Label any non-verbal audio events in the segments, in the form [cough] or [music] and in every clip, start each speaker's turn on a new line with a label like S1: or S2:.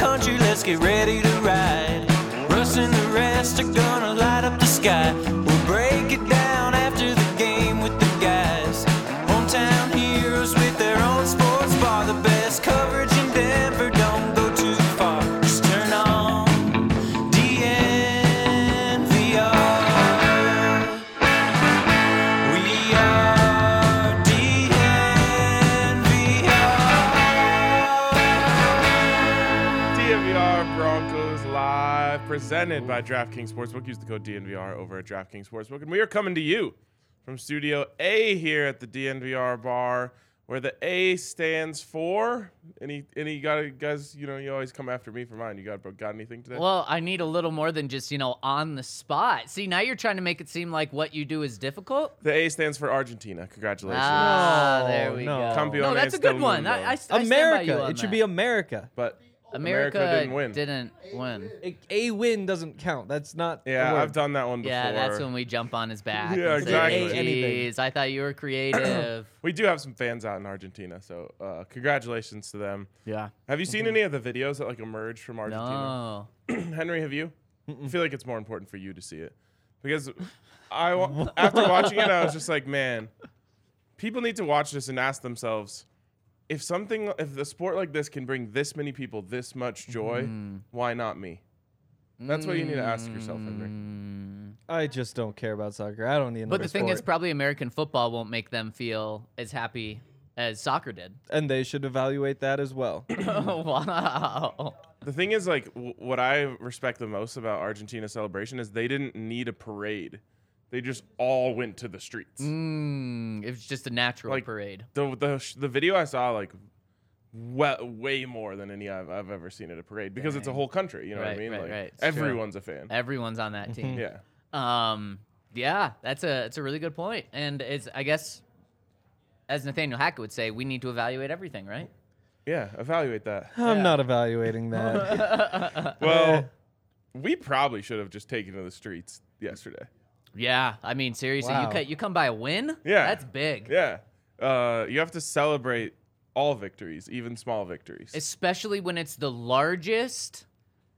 S1: let's get ready to ride. Russ and the rest are gonna light up the sky. We'll break it down after the game with the guys. Hometown heroes with their own sports bar. The best coverage in Denver, don't go too far. Just turn on DNVR. We are DNVR.
S2: DNVR Broncos Live, presented by DraftKings Sportsbook. Use the code DNVR over at DraftKings Sportsbook. And we are coming to you from Studio A here at the DNVR bar, where the A stands for. Any, any got it- guys, you know, you always come after me for mine. You got, got anything today?
S3: Well, I need a little more than just, you know, on the spot. See, now you're trying to make it seem like what you do is difficult.
S2: the A stands for Argentina. Congratulations.
S3: Ah,
S4: No,
S3: there we
S4: no.
S3: go.
S2: Campeone
S3: no, that's a good
S2: del
S3: one.
S2: mundo.
S3: I, I, I stand by you
S4: America.
S3: on
S4: It
S3: that.
S4: should be America.
S2: But
S3: America,
S2: didn't win.
S3: Didn't win.
S4: A- A win doesn't count. That's not. a
S2: yeah,
S4: word.
S2: I've done that one before.
S3: Yeah, that's when we jump on his back.
S2: Yeah,
S3: and say,
S2: exactly.
S4: Anything.
S3: Jeez, I thought you were creative.
S2: We do have some fans out in Argentina, so uh, congratulations to them.
S3: yeah. Mm-hmm.
S2: Have you seen any of the videos that like emerge from Argentina?
S3: No.
S2: [clears throat] Henry, have you? I feel like it's more important for you to see it because I wa- after watching it, I was just like, man, people need to watch this and ask themselves if something, if the sport like this can bring this many people this much joy, why not me? That's what you need to ask yourself, Henry.
S4: I just don't care about soccer. I don't need.
S3: But
S4: another
S3: the thing is,
S4: sport.
S3: probably American football won't make them feel as happy as soccer did. [laughs]
S4: and they should evaluate that
S3: [clears throat]
S4: as well.
S3: wow.
S2: The thing is, like, w- what I respect the most about Argentina celebration is they didn't need a parade; they just all went to the streets.
S3: Mm, it was just a natural
S2: Like,
S3: parade.
S2: the the sh- the video I saw like well, way more than any I've, I've ever seen at a parade because it's a whole country. You know what I
S3: Right,
S2: mean?
S3: right,
S2: like
S3: right. It's true.
S2: everyone's a fan.
S3: Everyone's on that team.
S2: yeah.
S3: Um, yeah, that's a it's a really good point, and it's I guess as Nathaniel Hackett would say, we need to evaluate everything, right?
S2: Yeah, evaluate
S3: [laughs]
S2: that.
S4: I'm not evaluating that.
S2: Well, we probably should have just taken to the streets yesterday.
S3: Yeah, I mean seriously, you
S4: Wow.
S3: cut you come by a win,
S2: Yeah.
S3: that's big,
S2: Yeah. Uh, you have to celebrate all victories, even small victories.
S3: especially when it's the largest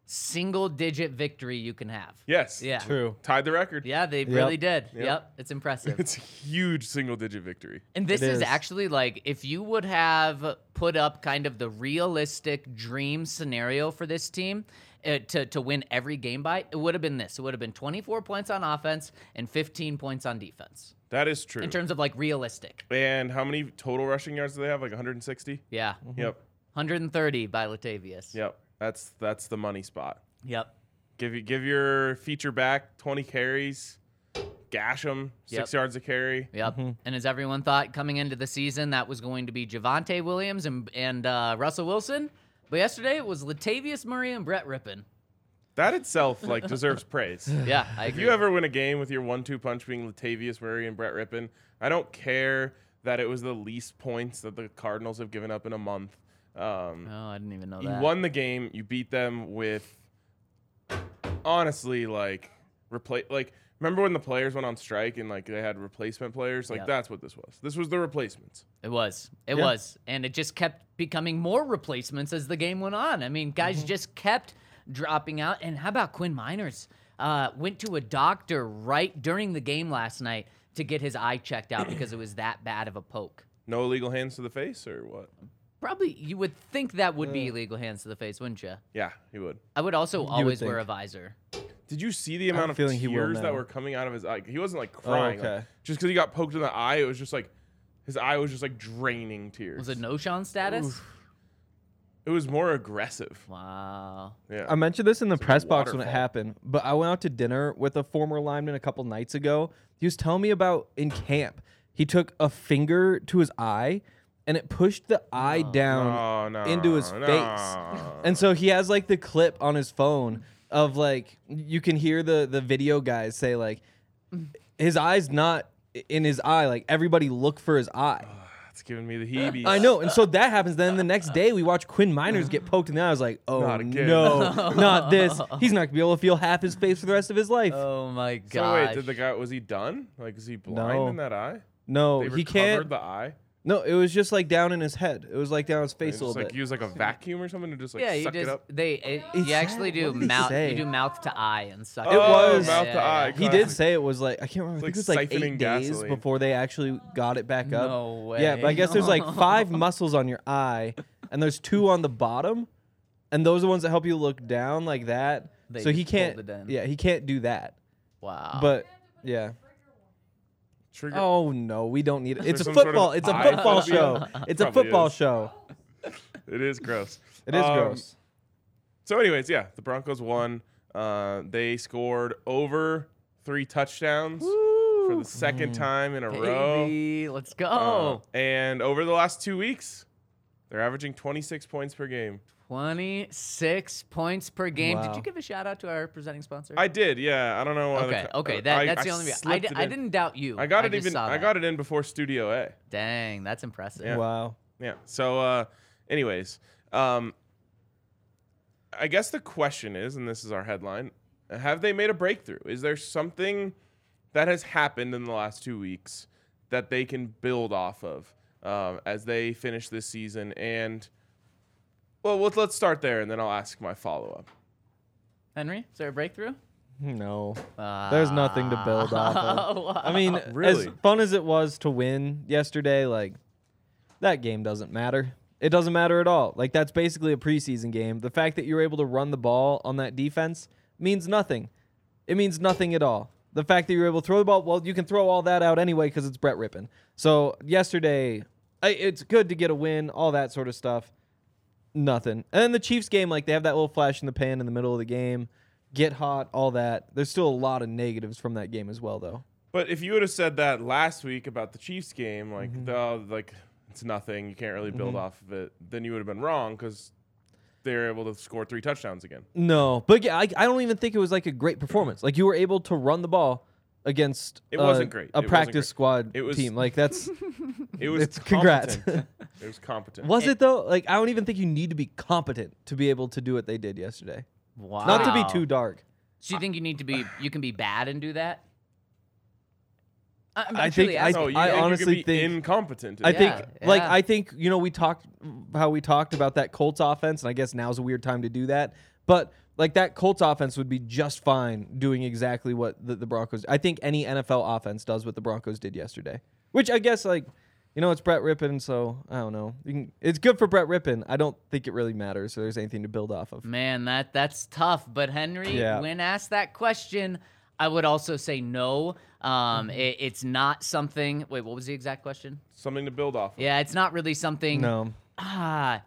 S3: single digit victory you can have.
S2: yes.
S3: Yeah,
S4: True.
S2: Tied the record.
S3: yeah, they really did. Yep, it's impressive.
S2: It's a huge single digit victory.
S3: And this
S4: It
S3: is.
S4: is.
S3: actually like if you would have put up kind of the realistic dream scenario for this team uh, to to win every game by, it would have been this. It would have been 24 points on offense and 15 points on defense
S2: That is true.
S3: in terms of like realistic.
S2: and how many total rushing yards do they have? Like 160?
S3: Yeah.
S2: Yep.
S3: 130 by Latavius.
S2: Yep. That's that's the money spot.
S3: Yep.
S2: Give you give your feature back 20 carries, gash them six
S3: Yep.
S2: yards a carry.
S3: Yep. And as everyone thought coming into the season, that was going to be Javante Williams and and uh, Russell Wilson. But yesterday it was Latavius Murray and Brett Rippin.
S2: That itself like
S3: [laughs]
S2: deserves praise.
S3: Yeah, I
S2: If
S3: agree.
S2: you ever win a game with your one-two punch being Latavius Murray and Brett Rippon, I don't care that it was the least points that the Cardinals have given up in a month. Um,
S3: oh, I didn't even know
S2: you
S3: that.
S2: won the game. You beat them with honestly like replace like. Remember when the players went on strike and like they had replacement players? Like
S3: Yep.
S2: that's what this was. This was the replacements.
S3: It was. It
S4: Yeah.
S3: was. And it just kept becoming more replacements as the game went on. I mean, guys
S4: Mm-hmm.
S3: just kept dropping out. And how about Quinn Miners? Uh, went to a doctor right during the game last night to get his eye checked out because it was that bad of a poke.
S2: No illegal hands to the face or what?
S3: Probably you would think that would be illegal hands to the face, wouldn't you?
S2: Yeah, he would.
S3: I would also always wear a
S4: think.
S3: visor.
S2: Did you see the amount of
S4: feeling
S2: tears
S4: he will
S2: that
S4: now. Oh,
S2: were coming out of his eye? He wasn't like crying. like,
S4: okay.
S2: just because he got poked in the eye, it was just like his eye was just like draining tears.
S3: Was it no Sean status?
S2: It was more aggressive.
S3: Wow.
S2: Yeah.
S4: I mentioned this in the press box when it
S2: waterfall.
S4: happened, but I went out to dinner with a former lineman a couple nights ago. He was telling me about in camp, he took a finger to his eye and it pushed the eye down
S2: No, no,
S4: into his
S2: no.
S4: face. And so he has like the clip on his phone of like you can hear the the video guys say like his eye's not in his eye like everybody look for his eye.
S2: It's giving me the heebies.
S4: I know. And so that happens. Then the next day, we watch Quinn Miners get poked in the eye. I was like, oh,
S2: Not again.
S4: no, not this. He's not going to be able to feel half his face for the rest of his life.
S3: Oh my god.
S2: So wait, did the guy was he done? Like is he blind
S4: No.
S2: in that eye?
S4: no,
S2: They
S4: he
S2: recovered
S4: can't.
S2: the eye.
S4: No, it was just like down in his head. It was like down his face
S2: Just
S4: a little
S2: like
S4: bit.
S2: use like
S3: [laughs]
S2: a vacuum or something to just like
S3: yeah, you
S2: suck
S3: just
S2: it up.
S3: they it,
S4: It's-
S3: you actually do
S4: what did he
S3: mouth
S4: say?
S3: you do mouth to eye and suck.
S2: Oh,
S4: was-
S2: mouth to eye.
S4: he did say it was like I can't remember. I think
S2: It's
S4: it was
S2: like
S4: like eight
S2: siphoning
S4: days
S2: gasoline.
S4: before they actually got it back up.
S3: No
S4: Yeah, but I
S3: way.
S4: guess there's like five muscles on your eye, and there's two on the bottom, and those are the ones that help you look down like that.
S3: They
S4: so he
S3: just pulled
S4: can't.
S3: it in.
S4: Yeah, he can't do that.
S3: Wow.
S4: But yeah.
S2: Trigger.
S4: Oh no, we don't need it. It's a
S2: there some sort of
S4: football. It's a
S2: eye
S4: football
S2: phobia? [laughs]
S4: show. It's a
S2: Probably
S4: football
S2: is.
S4: show.
S2: It is gross.
S4: It is
S2: Um,
S4: gross.
S2: So, anyways, yeah, the Broncos won. Uh, they scored over three touchdowns for the second time in a row.
S3: Baby, Oh. let's go.
S2: Uh, and over the last two weeks, they're averaging 26 points per game.
S3: 26 points per game. Did
S4: Wow.
S3: you give a shout out to our presenting sponsor?
S2: I did, yeah. I don't know why. the
S3: okay,
S2: co-
S3: okay.
S2: uh,
S3: That,
S2: I-
S3: that's
S2: I
S3: the only. I,
S2: slipped
S3: di-
S2: it
S3: I
S2: in.
S3: didn't doubt you.
S2: I got it
S3: just
S2: even.
S3: saw
S2: I
S3: that.
S2: got it in before Studio A.
S3: Dang, that's impressive.
S2: Yeah.
S4: Wow.
S2: Yeah. So, uh, anyways, um, I guess the question is, and this is our headline: Have they made a breakthrough? Is there something that has happened in the last two weeks that they can build off of um, as they finish this season? And well, let's let's start there, and then I'll ask my follow up.
S3: Henry, is there a breakthrough? [laughs]
S4: No. There's nothing to build off of. I mean,
S2: Really?
S4: as fun as it was to win yesterday, like that game doesn't matter. It doesn't matter at all. Like that's basically a preseason game. The fact that you're able to run the ball on that defense means nothing. It means nothing at all. The fact that you're able to throw the ball, well, you can throw all that out anyway because it's Brett Rippin. So yesterday, I, it's good to get a win, all that sort of stuff. Nothing. And then the Chiefs game, like they have that little flash in the pan in the middle of the game, get hot, all that. There's still a lot of negatives from that game as well, though.
S2: But if you would have said that last week about the Chiefs game, like the like it's nothing, you can't really build off of it, then you would have been wrong because they're able to score three touchdowns again.
S4: No, but yeah, I, I don't even think it was like a great performance. Like you were able to run the ball against
S2: It
S4: uh,
S2: wasn't great. It
S4: a
S2: wasn't
S4: practice
S2: great.
S4: squad
S2: It was-
S4: team.
S2: [laughs]
S4: Like that's [laughs]
S2: It was
S4: It's- congrats.
S2: competent. [laughs] it was competent.
S4: was it though. Like I don't even think you need to be competent to be able to do what they did yesterday.
S3: Wow.
S4: Not to be too dark.
S3: So you think you need to be? You can be bad and do that? I, I'm
S4: I
S3: truly
S4: think-
S3: asking.
S2: No, you,
S4: I
S2: think Oh,
S4: honestly
S2: you could be
S4: think-
S2: incompetent.
S4: I
S3: Yeah,
S4: think like
S3: yeah.
S4: I think you know we talked how we talked about that Colts offense, and I guess now's a weird time to do that. But like that Colts offense would be just fine doing exactly what the, the Broncos. I think any NFL offense does what the Broncos did yesterday, which I guess like you know it's Brett Rippin, so I don't know. You can, it's good for Brett Rippin. I don't think it really matters. So there's anything to build off of.
S3: Man, that that's tough. But Henry,
S4: Yeah.
S3: when asked that question, I would also say no.
S2: Mm-hmm.
S3: Um, it, it's not something. Wait, what was the exact question?
S2: something to build off. Of.
S3: Yeah, it's not really something.
S4: No,
S3: Ah,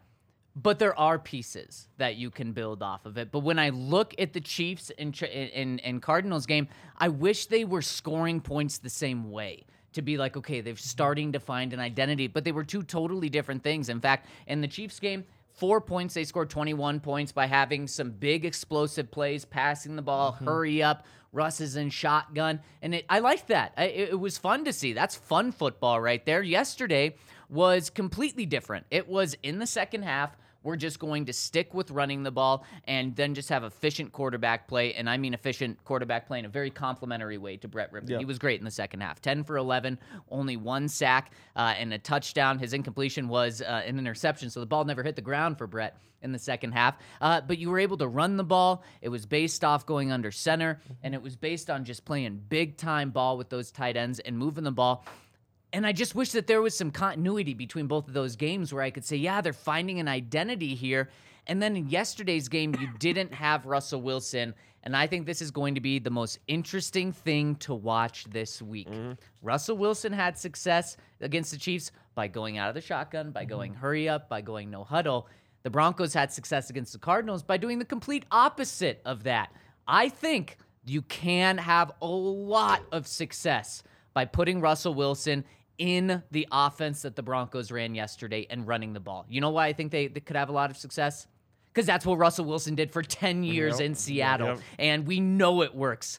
S3: but there are pieces that you can build off of it. But when I look at the Chiefs and Ch- and, and Cardinals game, I wish they were scoring points the same way. To be like, okay, they're starting to find an identity, but they were two totally different things. In fact, in the Chiefs game, four points, they scored 21 points by having some big explosive plays, passing the ball, hurry up. Russ is in shotgun, and it, I liked that. I, it, it was fun to see. That's fun football right there. Yesterday, was completely different. It was in the second half. We're just going to stick with running the ball and then just have efficient quarterback play. And I mean efficient quarterback play in a very complimentary way to Brett Rippon. He was great in the second half 10 for 11, only one sack uh, and a touchdown. His incompletion was uh, an interception, so the ball never hit the ground for Brett in the second half. Uh, but you were able to run the ball. It was based off going under center, and it was based on just playing big time ball with those tight ends and moving the ball. And I just wish that there was some continuity between both of those games where I could say, yeah, they're finding an identity here. And then in yesterday's game, you didn't have Russell Wilson. And I think this is going to be the most interesting thing to watch this week. Russell Wilson had success against the Chiefs by going out of the shotgun, by going hurry up, by going no huddle. The Broncos had success against the Cardinals by doing the complete opposite of that. I think you can have a lot of success by putting Russell Wilson in the offense that the Broncos ran yesterday and running the ball. You know why I think they, they could have a lot of success? Because that's what Russell Wilson did for 10 years in Seattle,
S2: Yep.
S3: and we know it works.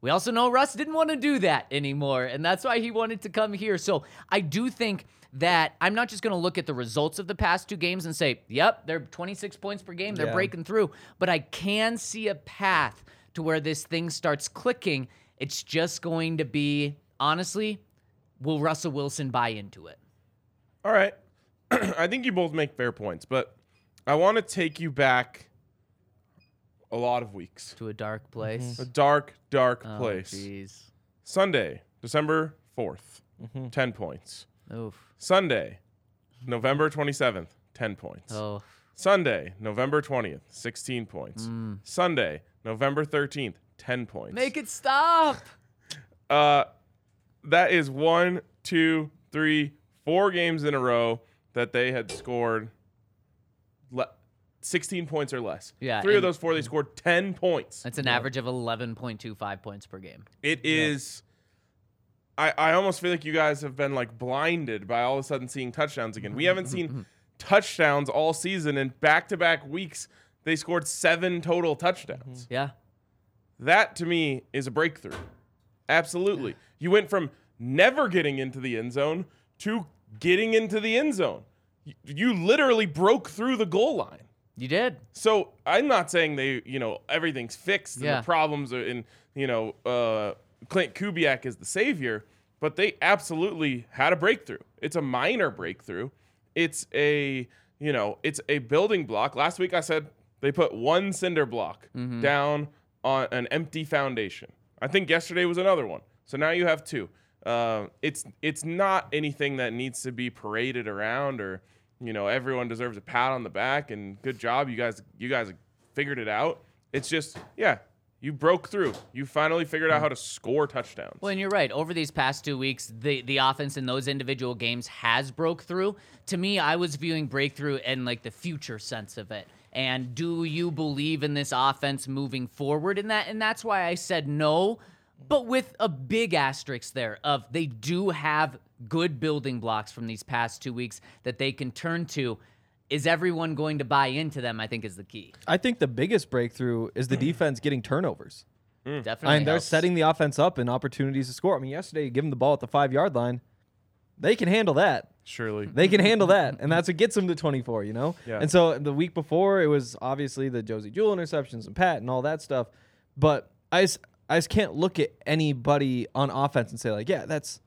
S3: We also know Russ didn't want to do that anymore, and that's why he wanted to come here. So I do think that I'm not just going to look at the results of the past two games and say, yep, they're 26 points per game, they're
S4: Yeah.
S3: breaking through, but I can see a path to where this thing starts clicking. It's just going to be, honestly, will Russell Wilson buy into it?
S2: All right. [clears throat] I think you both make fair points, but I want to take you back a lot of weeks.
S3: to a dark place.
S2: A dark, dark
S3: Oh,
S2: place.
S3: Jeez.
S2: Sunday, December 4th,
S3: Mm-hmm.
S2: 10 points.
S3: Oof.
S2: Sunday, November 27th, 10 points.
S3: Oh.
S2: Sunday, November 20th, 16 points.
S3: Mm.
S2: Sunday, November 13th, 10 points.
S3: Make it stop.
S2: Uh, that is one, two, three, four games in a row that they had scored le- 16 points or less.
S3: Yeah,
S2: Three of
S3: and-
S2: those four, they scored 10 points.
S3: That's an average of 11.25 points per game.
S2: It is. I, I almost feel like you guys have been like blinded by all of a sudden seeing touchdowns again.
S3: Mm-hmm,
S2: We haven't seen touchdowns all season, and back to back weeks, they scored seven total touchdowns.
S3: Yeah.
S2: That to me is a breakthrough. Absolutely. You went from never getting into the end zone to getting into the end zone. You, you literally broke through the goal line.
S3: You did.
S2: So I'm not saying they, you know, everything's fixed and
S3: Yeah.
S2: the problems are in, you know, uh, Clint Kubiak is the savior, but they absolutely had a breakthrough. It's a minor breakthrough. It's a, you know, it's a building block. Last week I said they put one cinder block down on an empty foundation. I think yesterday was another one. So now you have two. Uh, it's it's not anything that needs to be paraded around or you know everyone deserves a pat on the back and good job you guys you guys figured it out it's just yeah you broke through you finally figured
S4: Hmm.
S2: out how to score touchdowns
S3: Well, and you're right. Over these past two weeks, the the offense in those individual games has broke through. To me, I was viewing breakthrough in like the future sense of it. And do you believe in this offense moving forward in that? And that's why I said no, but with a big asterisk there of they do have good building blocks from these past two weeks that they can turn to. Is everyone going to buy into them? I think is the key.
S4: I think the biggest breakthrough is the
S3: Mm.
S4: defense getting turnovers.
S3: Definitely.
S4: I mean, they're
S3: helps.
S4: setting the offense up and opportunities to score. I mean, yesterday you give them the ball at the five yard line, they can handle that.
S2: surely
S4: They can handle that, and that's what gets them to 24. You know.
S2: Yeah.
S4: And so the week before, it was obviously the Josie Jewel interceptions and Pat and all that stuff, but I just, I just can't look at anybody on offense and say like, yeah, that's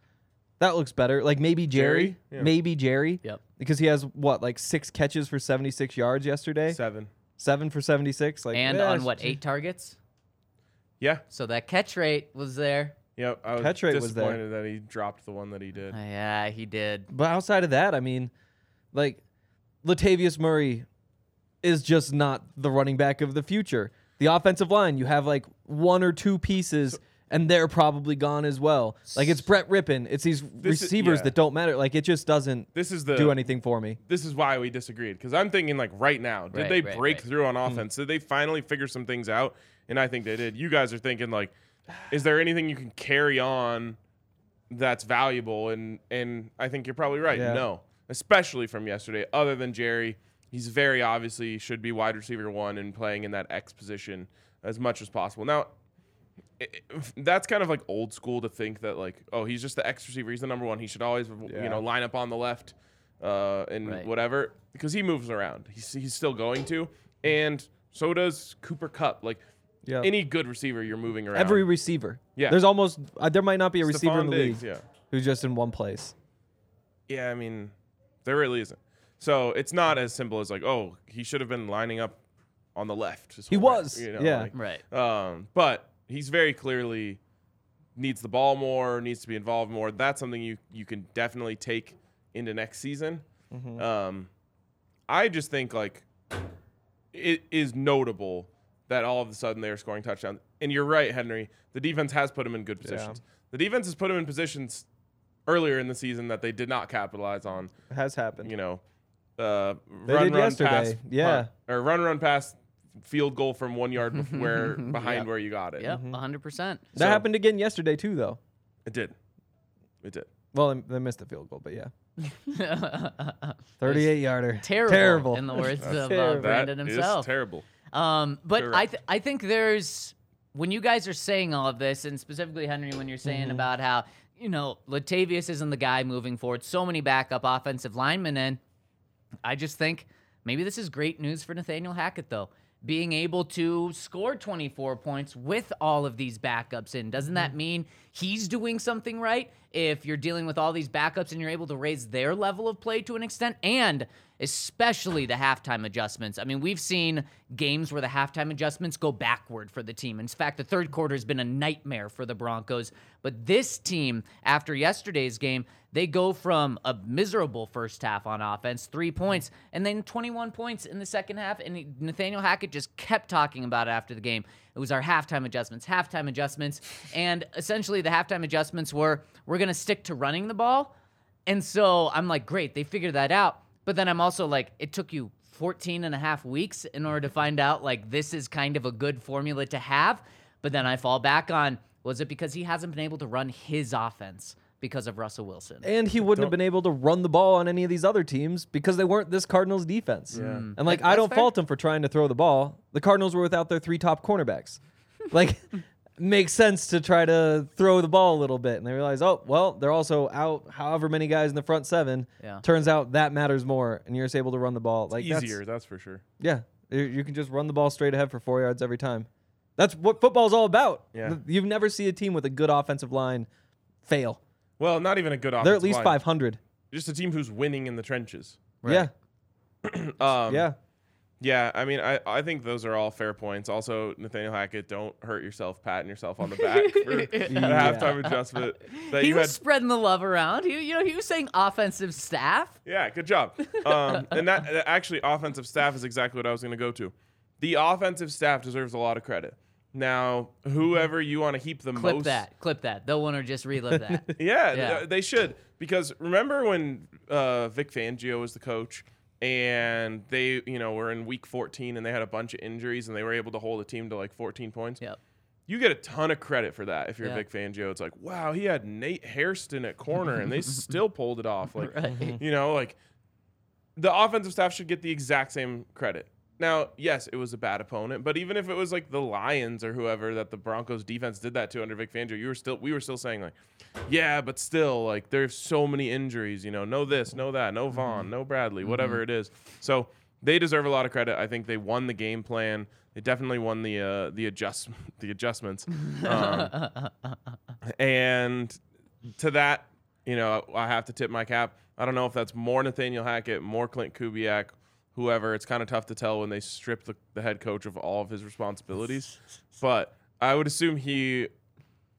S4: that looks better. Like maybe Jerry,
S2: Jerry? Yeah.
S4: maybe Jerry.
S3: Yep.
S4: Because he has what like six catches for 76 yards yesterday,
S2: seven
S4: seven for 76. Like
S3: and
S4: yeah,
S3: on
S4: it's
S3: what
S4: just-
S3: eight targets?
S2: yeah
S3: So that catch rate was there.
S2: yep i was
S4: Catch rate was there.
S2: disappointed that he dropped the one that he did
S3: Yeah, he did.
S4: But outside of that, I mean, like Latavius Murray is just not the running back of the future. The offensive line, you have like one or two pieces, and they're probably gone as well. Like it's Brett Rippin, it's these
S2: This is-
S4: receivers
S2: yeah.
S4: that don't matter. Like it just doesn't
S2: this is the
S4: do anything for me.
S2: this is why we disagreed because I'm thinking like right now, did
S3: Right,
S2: they
S3: right,
S2: break
S3: right. Hmm.
S2: through on offense? Did they finally figure some things out? And I think they did. You guys are thinking like, is there anything you can carry on that's valuable? And and I think you're probably right.
S4: Yeah.
S2: No, especially from yesterday. Other than Jerry, he's very obviously should be wide receiver one and playing in that X position as much as possible. Now it- it- that's kind of like old school to think that like oh he's just the X receiver he's the number one he should always you know line up on the left uh, and
S3: Right.
S2: whatever because he moves around he's, he's still going to and so does Cooper Cup like
S4: Yeah.
S2: any good receiver you're moving around
S4: Every receiver.
S2: Yeah.
S4: There's almost, uh, there might not be a receiver
S2: Stephon
S4: in the
S2: Diggs,
S4: league
S2: yeah
S4: who's just in one place.
S2: yeah I mean there really isn't so it's not as simple as like oh he should have been lining up on the left his
S4: He
S2: whole life,
S4: was,
S2: you know,
S4: yeah.
S2: like-
S3: Right.
S2: Um, but he's very clearly needs the ball more, needs to be involved more. That's something you you can definitely take into next season. Um, I just think like it is notable that all of a sudden they're scoring touchdowns. And you're right, Henry. The defense has put him in good positions. The defense has put him in positions earlier in the season that they did not capitalize on.
S4: It has happened.
S2: You know, uh,
S4: They
S2: run,
S4: did
S2: run,
S4: yesterday,
S2: pass,
S4: yeah.
S2: punt, or run, run, pass, field goal from one
S4: [laughs]
S2: yard bef- where behind where you got it.
S3: Yep,
S4: Mm-hmm.
S3: 100%.
S4: that
S2: so-
S4: happened again yesterday, too, though.
S2: It did. It did.
S4: Well, they- they missed the field goal, but yeah.
S3: [laughs]
S4: 38 yarder.
S3: Terrible,
S4: Terrible.
S3: in the words of uh,
S4: terrible.
S2: That
S3: Brandon
S2: is
S3: himself.
S2: terrible.
S3: Um, but I,
S2: Correct.
S3: th- I think there's when you guys are saying all of this, and specifically Henry, when you're saying
S4: Mm-hmm.
S3: about how you know Latavius isn't the guy moving forward, so many backup offensive linemen in. I just think maybe this is great news for Nathaniel Hackett though. Being able to score 24 points with all of these backups in, doesn't that mean he's doing something right? if you're dealing with all these backups and you're able to raise their level of play to an extent, and especially the halftime adjustments. I mean, we've seen games where the halftime adjustments go backward for the team. In fact, the third quarter has been a nightmare for the Broncos. But this team, after yesterday's game, they go from a miserable first half on offense, three points, and then 21 points in the second half. And Nathaniel Hackett just kept talking about it after the game. It was our halftime adjustments, halftime adjustments. And essentially, the halftime adjustments were we're going to stick to running the ball. And so I'm like, great, they figured that out. But then I'm also like, it took you 14 and a half weeks in order to find out, like, this is kind of a good formula to have. But then I fall back on, was it because he hasn't been able to run his offense because of Russell Wilson?
S4: And he wouldn't have been able to run the ball on any of these other teams because they weren't this Cardinals defense. And
S3: Mm.
S4: like, I
S3: that's
S4: don't
S3: fair.
S4: fault him for trying to throw the ball. The Cardinals were without their three top cornerbacks. [laughs] Like, makes sense to try to throw the ball a little bit. And they realize, oh, well, they're also out however many guys in the front seven.
S3: Yeah.
S4: Turns out that matters more, and you're just able to run the ball. Like that's-
S2: Easier, that's for sure.
S4: Yeah, you- you can just run the ball straight ahead for four yards every time. That's what football's all about.
S2: Yeah.
S4: Th- You've never see a team with a good offensive line fail.
S2: Well, not even a good offense.
S4: They're at least 500.
S2: Just a team who's winning in the trenches.
S4: Yeah, [clears throat]
S2: Um,
S4: yeah.
S2: Yeah, I mean, I, I think those are all fair points. Also, Nathaniel Hackett, don't hurt yourself, patting yourself on the
S3: [laughs]
S2: back for the
S4: Yeah.
S2: halftime adjustment that
S3: He
S2: you
S3: was
S2: had.
S3: spreading the love around. He, you know, he was saying offensive staff.
S2: Yeah, good job.
S3: [laughs]
S2: Um, and that that actually, offensive staff is exactly what I was going to go to. The offensive staff deserves a lot of credit. Now, whoever you want to heap the
S3: Mm-hmm. Clip
S2: most,
S3: that. Clip that. They'll want to just relive
S2: [laughs]
S3: that.
S2: Yeah,
S3: Yeah.
S2: th- they should because remember when uh, Vic Fangio was the coach and they, you know, were in week 14 and they had a bunch of injuries and they were able to hold a team to like 14 points.
S3: yep.
S2: You get a ton of credit for that if you're
S3: Yeah.
S2: Vic Fangio. It's like, wow, he had Nate Hairston at corner and
S3: [laughs]
S2: they still pulled it off. Like,
S3: Right.
S2: you know, like the offensive staff should get the exact same credit. Now, yes, it was a bad opponent, but even if it was like the Lions or whoever that the Broncos defense did that to under Vic Fangio, you were still we were still saying like, yeah, but still like there's so many injuries, you know, no this, no that, no Vaughn, no Bradley, whatever it is. So they deserve a lot of credit. I think they won the game plan. They definitely won the uh, the adjust [laughs] the adjustments. Um, and to that, you know, I have to tip my cap. I don't know if that's more Nathaniel Hackett, more Clint Kubiak, whoever. It's kind of tough to tell when they strip the, the head coach of all of his
S3: [laughs]
S2: responsibilities. But I would assume he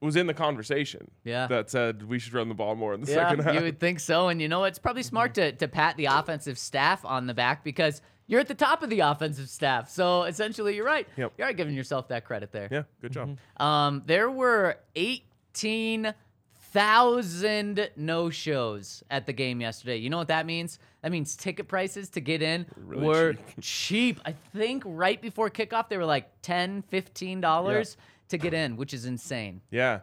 S2: was in the conversation
S3: Yeah.
S2: that said we should run the ball more in the
S3: Yeah,
S2: second half.
S3: you would think so. And you know, it's probably smart to, to pat the offensive staff on the back because you're at the top of the offensive staff. So essentially, you're right.
S2: Yep.
S3: You're giving yourself that credit there.
S2: yeah, good job.
S3: Um, there were 18,000 no shows at the game yesterday. You know what that means? That means ticket prices to get in
S2: Really
S3: were cheap. I think right before kickoff, they were like 10 $15 to get in, which is insane.
S2: Yeah,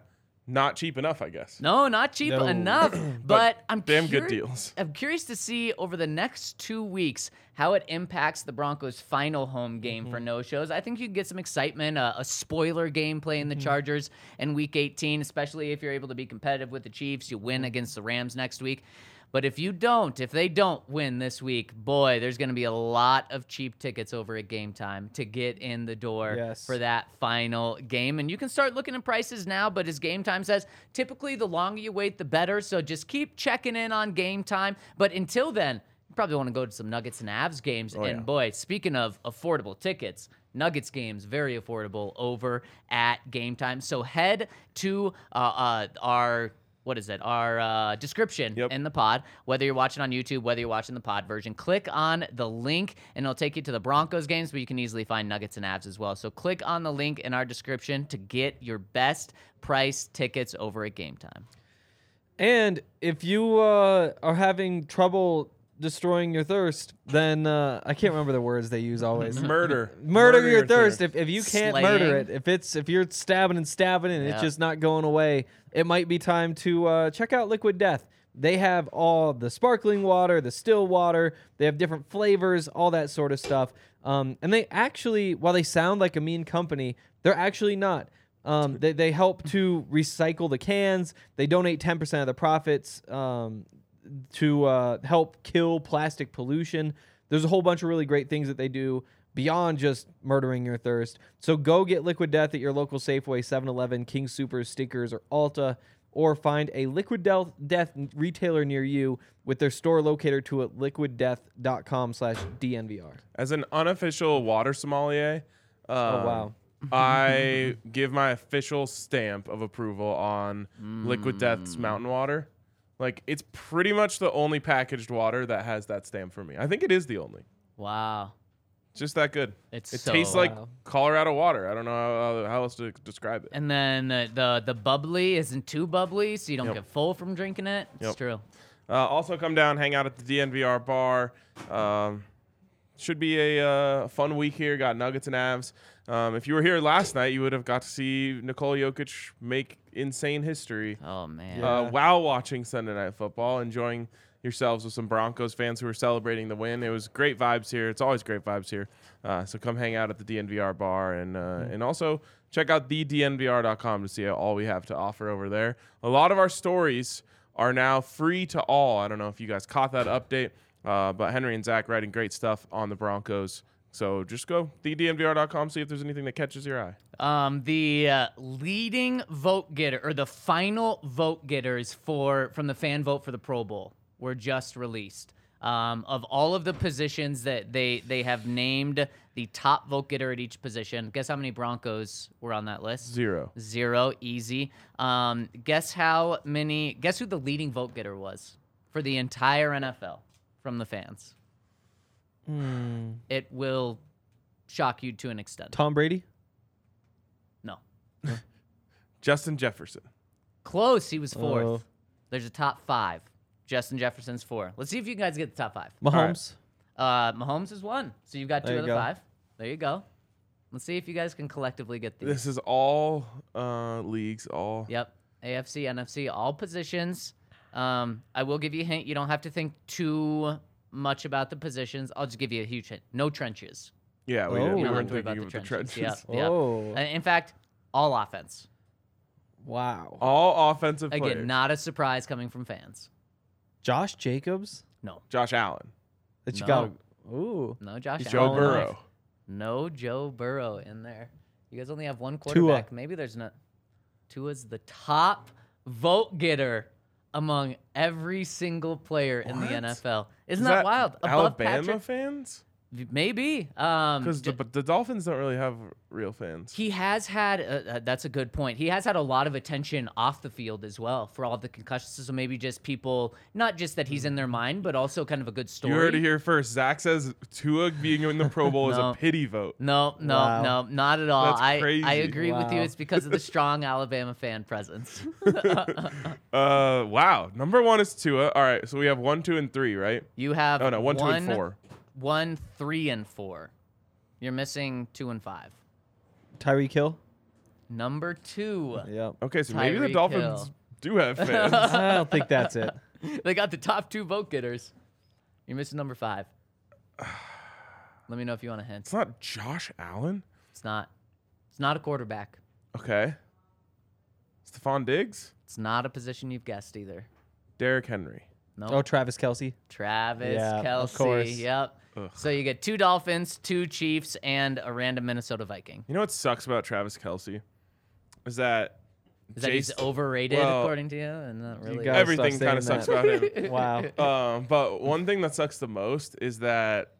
S2: not cheap enough, I guess.
S3: No, not cheap
S4: No.
S3: enough, but, I'm
S2: damn good
S3: curi-
S2: deals.
S3: I'm curious to see over the next two weeks how it impacts the Broncos' final home game for no shows. I think you can get some excitement, uh, a, a spoiler game playing the Chargers in Week 18, especially if you're able to be competitive with the Chiefs. You win against the Rams next week. But if you don't, if they don't win this week, boy, there's going to be a lot of cheap tickets over at game time to get in the door
S4: Yes.
S3: for that final game. And you can start looking at prices now, but as game time says, typically the longer you wait, the better. So just keep checking in on game time. But until then, you probably want to go to some Nuggets and Avs games. and
S2: Oh, yeah.
S3: boy, speaking of affordable tickets, Nuggets games very affordable over at game time. So head to uh, uh, our what is it? Our uh, description
S2: Yep.
S3: in the pod, whether you're watching on YouTube, whether you're watching the pod version, click on the link and it'll take you to the Broncos games, but you can easily find Nuggets and Abs as well. So click on the link in our description to get your best price tickets over at game time.
S4: And if you uh, are having trouble destroying your thirst, then uh, I can't remember the words they use always.
S3: [laughs]
S2: Murder,
S4: murder, your, thirst. If, if you can't murder
S3: Slaying.
S4: it, if it's if you're stabbing and stabbing and
S3: Yeah.
S4: it's just not going away, it might be time to uh, check out Liquid Death. They have all the sparkling water, the still water. They have different flavors, all that sort of stuff. Um, and they actually, while they sound like a mean company, they're actually not. Um, they, they help to recycle the cans. They donate 10% of the profits um, to uh, help kill plastic pollution. There's a whole bunch of really great things that they do beyond just murdering your thirst. So go get Liquid Death at your local Safeway, 7 Eleven, King Super, Stickers, or Alta. or find a Liquid Del- Death retailer near you with their store locator to at liquiddeath.com slash DNVR.
S2: As an unofficial water sommelier, um,
S4: Oh, wow.
S2: I give my official stamp of approval on Liquid Death's Mountain Water. Like it's pretty much the only packaged water that has that stamp for me. I think it is the only.
S3: Wow.
S2: It's Just that good.
S3: It's
S2: it
S3: so-
S2: tastes like
S4: Wow.
S2: Colorado water. I don't know how, how else to describe it.
S3: And then uh, the the bubbly isn't too bubbly, so you don't
S2: Yep.
S3: get full from drinking it. It's
S2: Yep.
S3: true.
S2: Uh, also, come down, hang out at the DNVR bar. Um, should be a uh, fun week here. Got Nuggets and Avs. Um, if you were here last night, you would have got to see Nicole Jokic make insane history.
S3: Oh man.
S4: Yeah.
S2: uh, while watching Sunday Night Football, enjoying yourselves with some Broncos fans who were celebrating the win. It was great vibes here. It's always great vibes here. Uh, so come hang out at the DNVR bar and uh, and also check out thednvr.com to see all we have to offer over there. A lot of our stories are now free to all. I don't know if you guys caught that update, uh, but Henry and Zach writing great stuff on the Broncos. So just go thednvr.com, see if there's anything that catches your eye.
S3: Um, the uh, leading vote getter or the final vote getters for from the fan vote for the Pro Bowl were just released. Um, of all of the positions that they they have named the top vote getter at each position. Guess how many Broncos were on that list?
S2: Zero.
S3: Zero, easy. Um, guess how many? Guess who the leading vote getter was for the entire NFL from the fans? It will shock you to an extent.
S4: Tom Brady?
S3: No,
S2: Justin Jefferson.
S3: close. He was fourth.
S4: Oh.
S3: There's a top five. Justin Jefferson's four. Let's see if you guys get the top five.
S4: Mahomes?
S3: Uh, Mahomes is one, so you've got two
S4: There
S3: of the
S4: you go.
S3: five. There you go. Let's see if you guys can collectively get these.
S2: This is all uh, leagues, all
S3: Yep. AFC, NFC, all positions. Um, I will give you a hint. You don't have to think too much about the positions. I'll just give you a huge hint. No trenches.
S2: Yeah, we,
S4: Oh.
S2: did. we
S4: You don't
S3: You don't have
S2: weren't
S3: to worry
S2: thinking
S3: about the
S2: of the
S3: trenches.
S2: trenches.
S3: Yep, yep.
S4: Oh.
S3: Uh, In fact, all offense.
S4: Wow.
S2: [laughs] All offensive
S3: Again,
S2: players.
S3: not a surprise coming from fans.
S4: Josh Jacobs?
S3: No.
S2: Josh Allen,
S4: The
S3: No.
S4: Chicago. Ooh.
S3: No Josh
S2: Joe
S3: Allen.
S2: Burrow.
S3: No Joe Burrow in there. You guys only have one quarterback. Maybe there's not. Tua's the top vote getter among every single player in the
S2: What?
S3: NFL. Isn't
S2: Is
S3: that, wild? Above
S2: Alabama
S3: Patrick
S2: fans?
S3: Maybe. Um,
S2: Because
S3: d-
S2: the, but the Dolphins don't really have real fans.
S3: he has had, uh, uh, that's a good point. He has had a lot of attention off the field as well for all of the concussions. So maybe just people, not just that he's in their mind, but also kind of a good story.
S2: You heard it here first. Zach says Tua being in the Pro Bowl
S3: No.
S2: is a pity vote.
S3: No, no,
S4: Wow.
S3: no, not at all.
S2: That's
S3: I, I
S2: crazy.
S3: agree with you.
S4: Wow.
S3: It's
S2: [laughs]
S3: because of the strong Alabama fan presence.
S2: Uh, wow. Number one is Tua. All right, so we have one, two, and three, right?
S3: You have
S2: Oh no, one, two, and four.
S3: one, three, and four. You're missing two and five.
S4: Tyreek Hill?
S3: Number two,
S4: Yep.
S2: Okay, so maybe the
S3: Tyreek
S2: Dolphins
S3: Hill.
S2: do have
S3: [laughs]
S2: fans.
S4: I don't think that's it.
S3: they got the top two vote getters. You're missing number five. [sighs] Let me know if you want a hint.
S2: it's not Josh Allen.
S3: It's not. It's not a quarterback.
S2: Okay. Stephon Diggs,
S3: It's not a position you've guessed either.
S2: Derrick Henry.
S3: No.
S4: Oh, Travis [laughs] Kelsey.
S3: Travis
S4: Yeah, of
S3: Kelsey.
S4: course.
S3: Yep. So you get two Dolphins, two Chiefs, and a random Minnesota Viking.
S2: You know what sucks about Travis Kelsey is that
S3: Is that he's
S2: Jason-
S3: overrated
S2: well,
S3: according to you? And not really.
S4: got-
S2: everything
S4: stop
S2: kind of
S4: saying
S2: sucks
S4: that.
S2: about him.
S4: [laughs] Wow.
S2: um, but one thing that sucks the most is that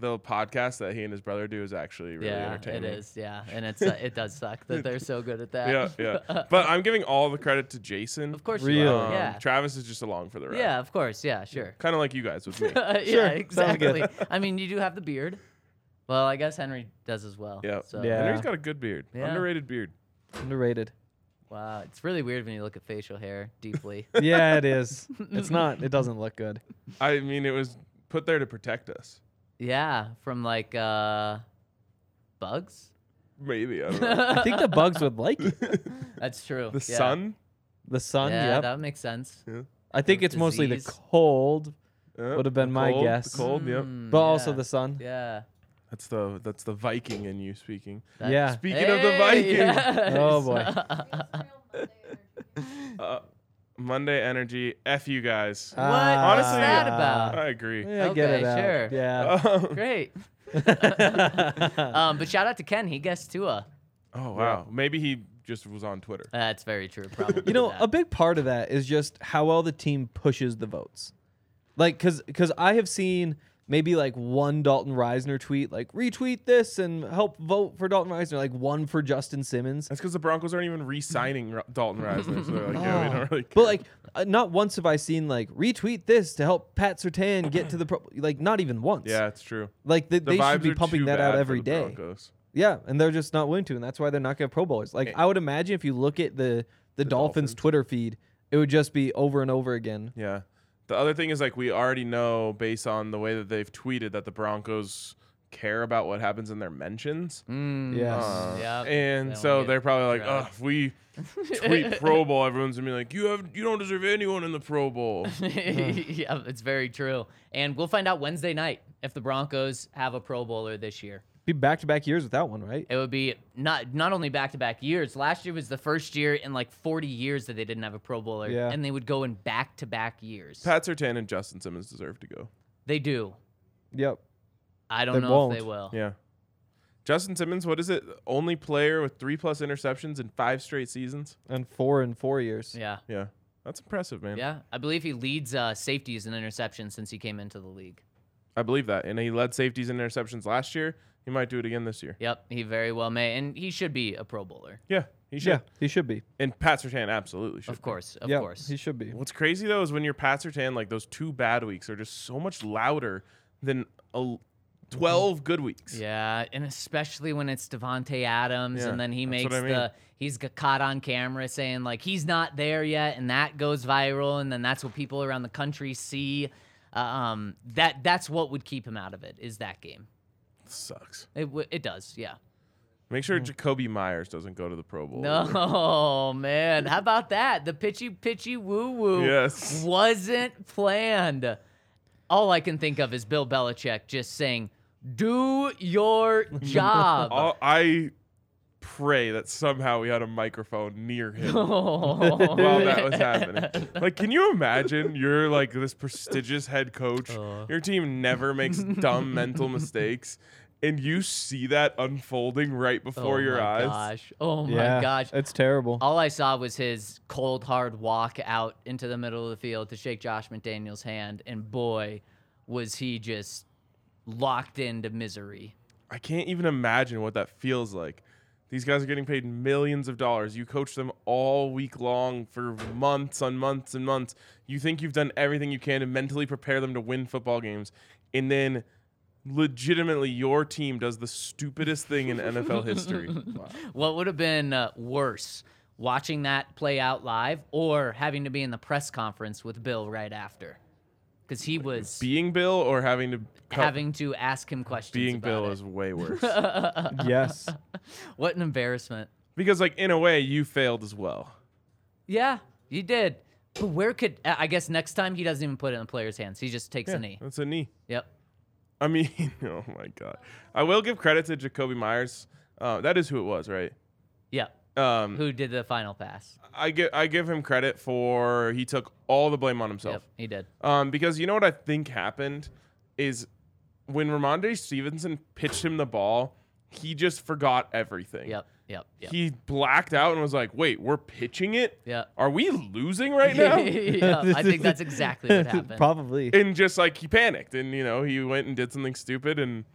S2: the podcast that he and his brother do is actually really
S3: yeah,
S2: entertaining.
S3: it is. Yeah, and it's uh, it does suck that they're so good at that. [laughs]
S2: Yeah, yeah. But I'm giving all the credit to Jason.
S3: of course.
S4: Really?
S3: You
S2: Um,
S3: are. Yeah.
S2: Travis is just along for the ride.
S3: yeah. Of course. Yeah. Sure.
S2: Kind of like you guys with me.
S3: [laughs] yeah.
S4: Sure, sounds good.
S3: Exactly. I mean, you do have the beard. Well, I guess Henry does as well.
S2: yeah.
S3: So,
S4: Yeah.
S2: Henry's got a good beard.
S3: Yeah.
S2: Underrated beard.
S4: Underrated.
S3: Wow, it's really weird when you look at facial hair
S2: [laughs]
S3: deeply.
S4: Yeah, it is. It's
S3: [laughs]
S4: not. It doesn't look good.
S2: I mean, it was put there to protect us.
S3: yeah, from like uh, bugs.
S2: Maybe. I don't
S3: [laughs]
S2: know. [laughs]
S4: I think the bugs would like it.
S3: That's true.
S2: The
S3: yeah.
S2: sun.
S4: The sun,
S3: Yeah,
S4: yep.
S3: that would make sense.
S4: I think it's mostly the
S3: disease.
S4: cold,
S2: uh,
S4: Would've been
S2: the
S4: my
S2: cold, the
S4: guess.
S2: cold. Yep.
S3: Mm,
S4: but also
S3: yeah,
S4: the sun.
S3: Yeah.
S2: That's the that's the Viking in you speaking.
S3: That-
S4: Yeah.
S2: Speaking of the
S3: Hey,
S2: Viking.
S3: [laughs] yes.
S4: Oh, boy.
S2: [laughs] Uh, Monday energy. F you guys.
S4: Ah,
S3: What's
S2: Honestly,
S3: that about?
S2: I agree. [laughs]
S4: Yeah, I get
S3: Okay,
S4: it out.
S3: sure. Uh,
S4: Yeah.
S2: Um,
S3: Great.
S4: [laughs]
S3: um, but shout out to Ken. He guessed Tua.
S2: Oh wow! Maybe he just was on Twitter.
S4: Uh,
S3: That's very true. Probably.
S4: You know, uh,
S3: that. [laughs]
S4: a big part of that is just how well the team pushes the votes. Like, cause, cause I have seen maybe like one Dalton Reisner tweet, like retweet this and help vote for Dalton Reisner, like one for Justin Simmons.
S2: That's because the Broncos aren't even re-signing Ra-
S4: [laughs]
S2: Dalton Reisner, so they're like, yeah, we don't really.
S4: Oh. But like, uh, not once have I seen like retweet this to help Pat Sertan get to the pro. Like, not even once.
S2: yeah, it's true.
S4: Like they,
S2: The
S4: they
S2: vibes
S4: should be
S2: are
S4: pumping
S2: too
S4: that
S2: bad
S4: out
S2: for
S4: every
S2: the
S4: day.
S2: Broncos.
S4: Yeah, and they're just not willing to, and that's why they're not gonna have Pro Bowlers. Like I would imagine if you look at the the, Dolphins,
S2: Dolphins.
S4: Twitter feed, it would just be over and over again.
S2: Yeah. The other thing is like we already know based on the way that they've tweeted that the Broncos care about what happens in their mentions.
S3: Mm,
S4: Yes.
S2: Uh,
S3: Yep.
S2: and
S3: They wanna
S2: so
S3: get
S2: they're probably like,
S3: dragged.
S2: "Oh, if we
S3: [laughs]
S2: tweet Pro Bowl, everyone's gonna be like, you have you don't deserve anyone in the Pro
S3: [laughs]
S2: Bowl."
S3: yeah, it's very true. And we'll find out Wednesday night if the Broncos have a Pro Bowler this year.
S4: Be back to back years without one, right?
S3: It would be not not only back to back years. Last year was the first year in like 40 years that they didn't have a Pro Bowler,
S4: Yeah.
S3: and they would go in back to back years.
S2: Pat Sertan and Justin Simmons deserve to go.
S3: they do.
S4: Yep.
S3: I don't
S4: They
S3: know if they will.
S2: Yeah. Justin Simmons, what is it? Only player with three plus interceptions in five straight seasons.
S4: And four in four years.
S3: Yeah.
S2: Yeah, that's impressive, man.
S3: Yeah, I believe he leads uh, safeties and interceptions since he came into the league.
S2: I believe that. And he led safeties and interceptions last year. He might do it again this year.
S3: Yep, he very well may, and he should be a Pro Bowler,
S2: Yeah, he should.
S4: Yeah, he should be.
S2: And Pat Sertan absolutely should.
S3: of course, of
S4: yeah,
S3: course. Oh
S4: he should be.
S2: What's crazy though is when you're Pat Sertan, like those two bad weeks are just so much louder than a l- twelve good weeks.
S3: Mm-hmm. Yeah, and especially when it's Devonte Adams,
S2: Yeah,
S3: and then he
S2: that's what
S3: makes
S2: I mean.
S3: the he's got caught on camera saying like he's not there yet, and that goes viral, and then that's what people around the country see. Uh, um, that that's what would keep him out of it is that game.
S2: sucks.
S3: It w- it does, yeah.
S2: Make sure Jacoby Myers doesn't go to the Pro Bowl.
S3: Mm. No [laughs] man, how about that? The pitchy pitchy woo woo
S2: Yes.
S3: wasn't planned. All I can think of is Bill Belichick just saying, "Do
S2: [laughs]
S3: your job."
S2: All- I pray that somehow we had a microphone near him [laughs]
S3: [laughs] Oh.
S2: while that was happening. Like, can you
S3: [laughs]
S2: imagine? You're like this prestigious head coach. Your team never makes dumb mental mistakes, and you see that unfolding right before
S3: oh
S2: your
S3: my
S2: eyes.
S3: Gosh. Oh
S4: yeah,
S3: my gosh. [laughs]
S4: It's terrible.
S3: All I saw was his cold hard walk out into the middle of the field to shake Josh McDaniel's hand, and boy, was he just locked into misery.
S2: I can't even imagine what that feels like. These guys are getting paid millions of dollars. You coach them all week long for months on months and months. You think you've done everything you can to mentally prepare them to win football games. And then legitimately your team does the stupidest thing in NFL
S3: [laughs]
S2: history.
S3: What would have been uh, worse, watching that play out live or having to be in the press conference with Bill right after? Because he was
S2: Being Bill or having to cut-
S3: having to ask him questions.
S2: being
S3: about
S2: Bill
S3: it.
S2: is way worse.
S3: [laughs]
S4: yes.
S3: What an embarrassment.
S2: because like in a way you failed as well.
S3: Yeah, you did. But where could I I guess next time he doesn't even put it in the player's hands. He just takes a knee.
S2: That's a knee.
S3: Yep.
S2: I mean, [laughs] oh my god. I will give credit to Jacoby Myers. Uh, that is who it was, right?
S3: Yep.
S2: Um,
S3: Who did the final pass?
S2: I give I give him credit for he took all the blame on
S3: Yep,
S2: himself.
S3: he did.
S2: Um, because you know what I think happened is when Ramondre Stevenson pitched him the ball, he just forgot everything.
S3: Yep, yep, yep.
S2: He [laughs] blacked out and was like, "Wait, we're pitching it?
S3: Yep.
S2: Are we losing right
S3: [laughs]
S2: now?"
S3: Yep, I think that's exactly
S4: [laughs]
S3: what happened.
S4: Probably.
S2: and just like he panicked and you know, he went and did something stupid and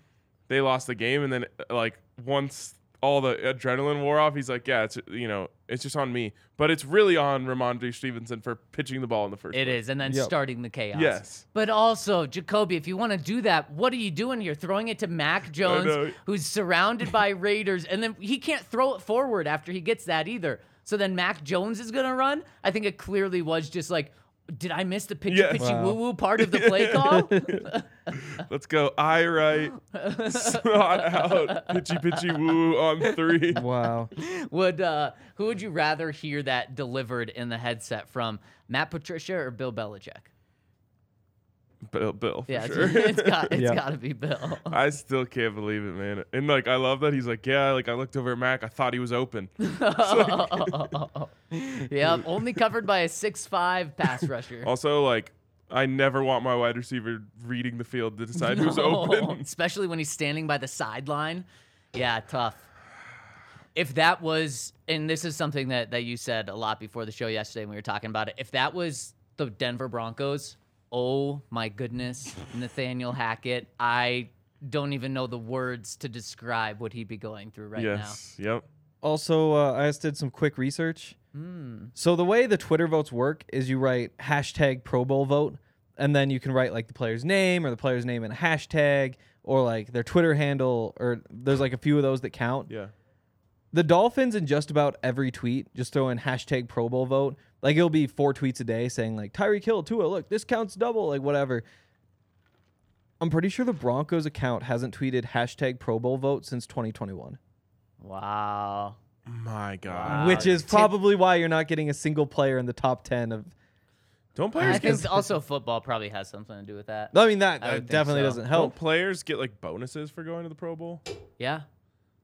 S2: they lost the game and then like once all the adrenaline wore off, he's like, "Yeah, it's you know, it's just on me." But it's really on Ramondre Stevenson for pitching the ball in the first
S3: It
S2: place.
S3: is, and then
S4: Yep.
S3: starting the chaos.
S2: Yes.
S3: But also, Jacoby, if you want to do that, what are you doing here? Throwing it to Mac
S2: know.
S3: Jones, who's surrounded
S2: [laughs]
S3: by Raiders, and then he can't throw it forward after he gets that either. So then Mac Jones is gonna run. I think it clearly was just like, did I miss the pitchy
S2: Yes.
S3: pitchy
S4: Wow.
S3: woo woo part of the
S2: [laughs]
S3: play call?
S2: Let's go. I
S3: [laughs]
S2: right. Snot out. Pitchy pitchy woo on three.
S4: wow.
S3: would uh, who would you rather hear that delivered in the headset from Matt Patricia or Bill Belichick?
S2: Bill, Bill, for
S3: Yeah, it's-
S2: sure.
S3: [laughs] it's
S2: [laughs]
S3: got it's
S4: Yeah.
S3: got to be Bill.
S2: I still can't believe it, man. And like, I love that he's like, yeah. Like, I looked over at Mac. I thought he was
S3: [laughs]
S2: open.
S3: yep, only covered by a
S2: [laughs]
S3: six-five pass rusher.
S2: Also, like, I never want my wide receiver reading the field to decide who's
S3: No, [laughs]
S2: open.
S3: Especially when he's standing by the sideline. Yeah, tough. if that was, and this is something that that you said a lot before the show yesterday when we were talking about it. If that was the Denver Broncos, oh my goodness, Nathaniel Hackett, I don't even know the words to describe what he'd be going through right
S2: yes. Yep.
S4: Also, uh, I just did some quick research. So the way the Twitter votes work is you write hashtag Pro Bowl vote, and then you can write like the player's name or the player's name and a hashtag or like their Twitter handle or there's like a few of those that count.
S2: Yeah.
S4: The Dolphins in just about every tweet just throw in hashtag Pro Bowl vote. Like it'll be four tweets a day saying like Tyreek Hill, Tua, look, this counts double, like whatever. I'm pretty sure the Broncos account hasn't tweeted hashtag Pro Bowl vote since 2021,
S3: now. Wow.
S2: My God.
S4: which is probably why you're not getting a single player in the top 10 of.
S2: Don't
S3: I
S2: players get
S3: think also football probably has something to do with that.
S4: I mean that
S3: I would
S4: uh,
S3: think
S4: definitely
S3: so.
S4: doesn't
S2: don't
S4: help.
S2: players get like bonuses for going to the Pro Bowl?
S3: Yeah.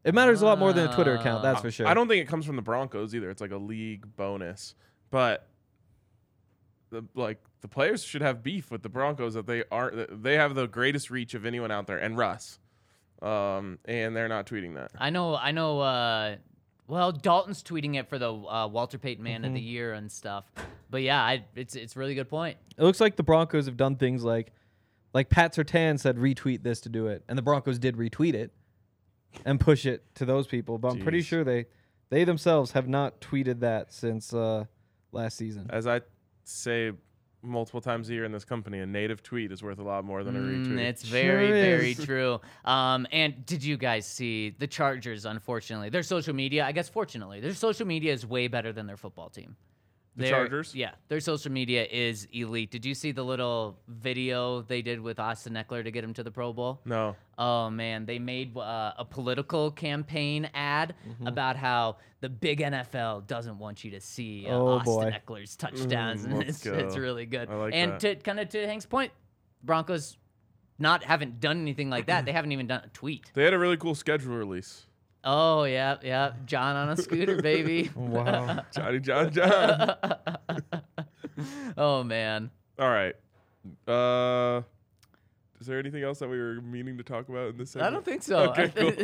S4: It matters a lot more than a Twitter account, that's for sure.
S2: Uh, I don't think it comes from the Broncos either. It's like a league bonus, but the like the players should have beef with the Broncos that they aren't. that They have the greatest reach of anyone out there, and Russ, um, and they're not tweeting that.
S3: I know, I know. Uh, well, Dalton's tweeting it for the uh, Walter Payton Man of the Year and stuff. But yeah, I, it's it's a really good point.
S4: It looks like the Broncos have done things like, like Pat Sertan said, retweet this to do it, and the Broncos did retweet it, and push it to those people. But I'm pretty
S2: Jeez.
S4: sure they, they themselves have not tweeted that since uh, last season.
S2: [laughs] As I say multiple times a year in this company, a native tweet is worth a lot more than a
S3: Mm,
S2: retweet.
S3: it's very,
S4: Sure
S3: very
S4: is.
S3: true. Um, and did you guys see the Chargers? Unfortunately, their social media. I guess fortunately, their social media is way better than their football team.
S2: The
S3: Their-
S2: Chargers?
S3: Yeah, their social media is elite. Did you see the little video they did with Austin Eckler to get him to the Pro Bowl?
S2: no,
S3: Oh man, they made uh, a political campaign ad
S2: Mm-hmm.
S3: about how the big NFL doesn't want you to see uh,
S4: Oh,
S3: Austin
S4: boy.
S3: Eckler's touchdowns,
S2: Mm,
S3: and
S2: let's
S3: it's, it's
S2: go.
S3: really good.
S2: I like
S3: and
S2: that.
S3: to kind of to Hank's point, Broncos not haven't done anything like
S2: [laughs]
S3: that. They haven't even done a tweet.
S2: they had a really cool schedule
S3: [laughs]
S2: release.
S3: Oh yeah, yeah, John on
S2: [laughs]
S3: a scooter, baby.
S4: Wow.
S2: Johnny John John.
S3: [laughs] oh man,
S2: All right. Uh, is there anything else that we were meaning to talk about in this? Segment?
S3: I don't think so.
S2: [laughs]
S3: [laughs]
S2: Okay, cool.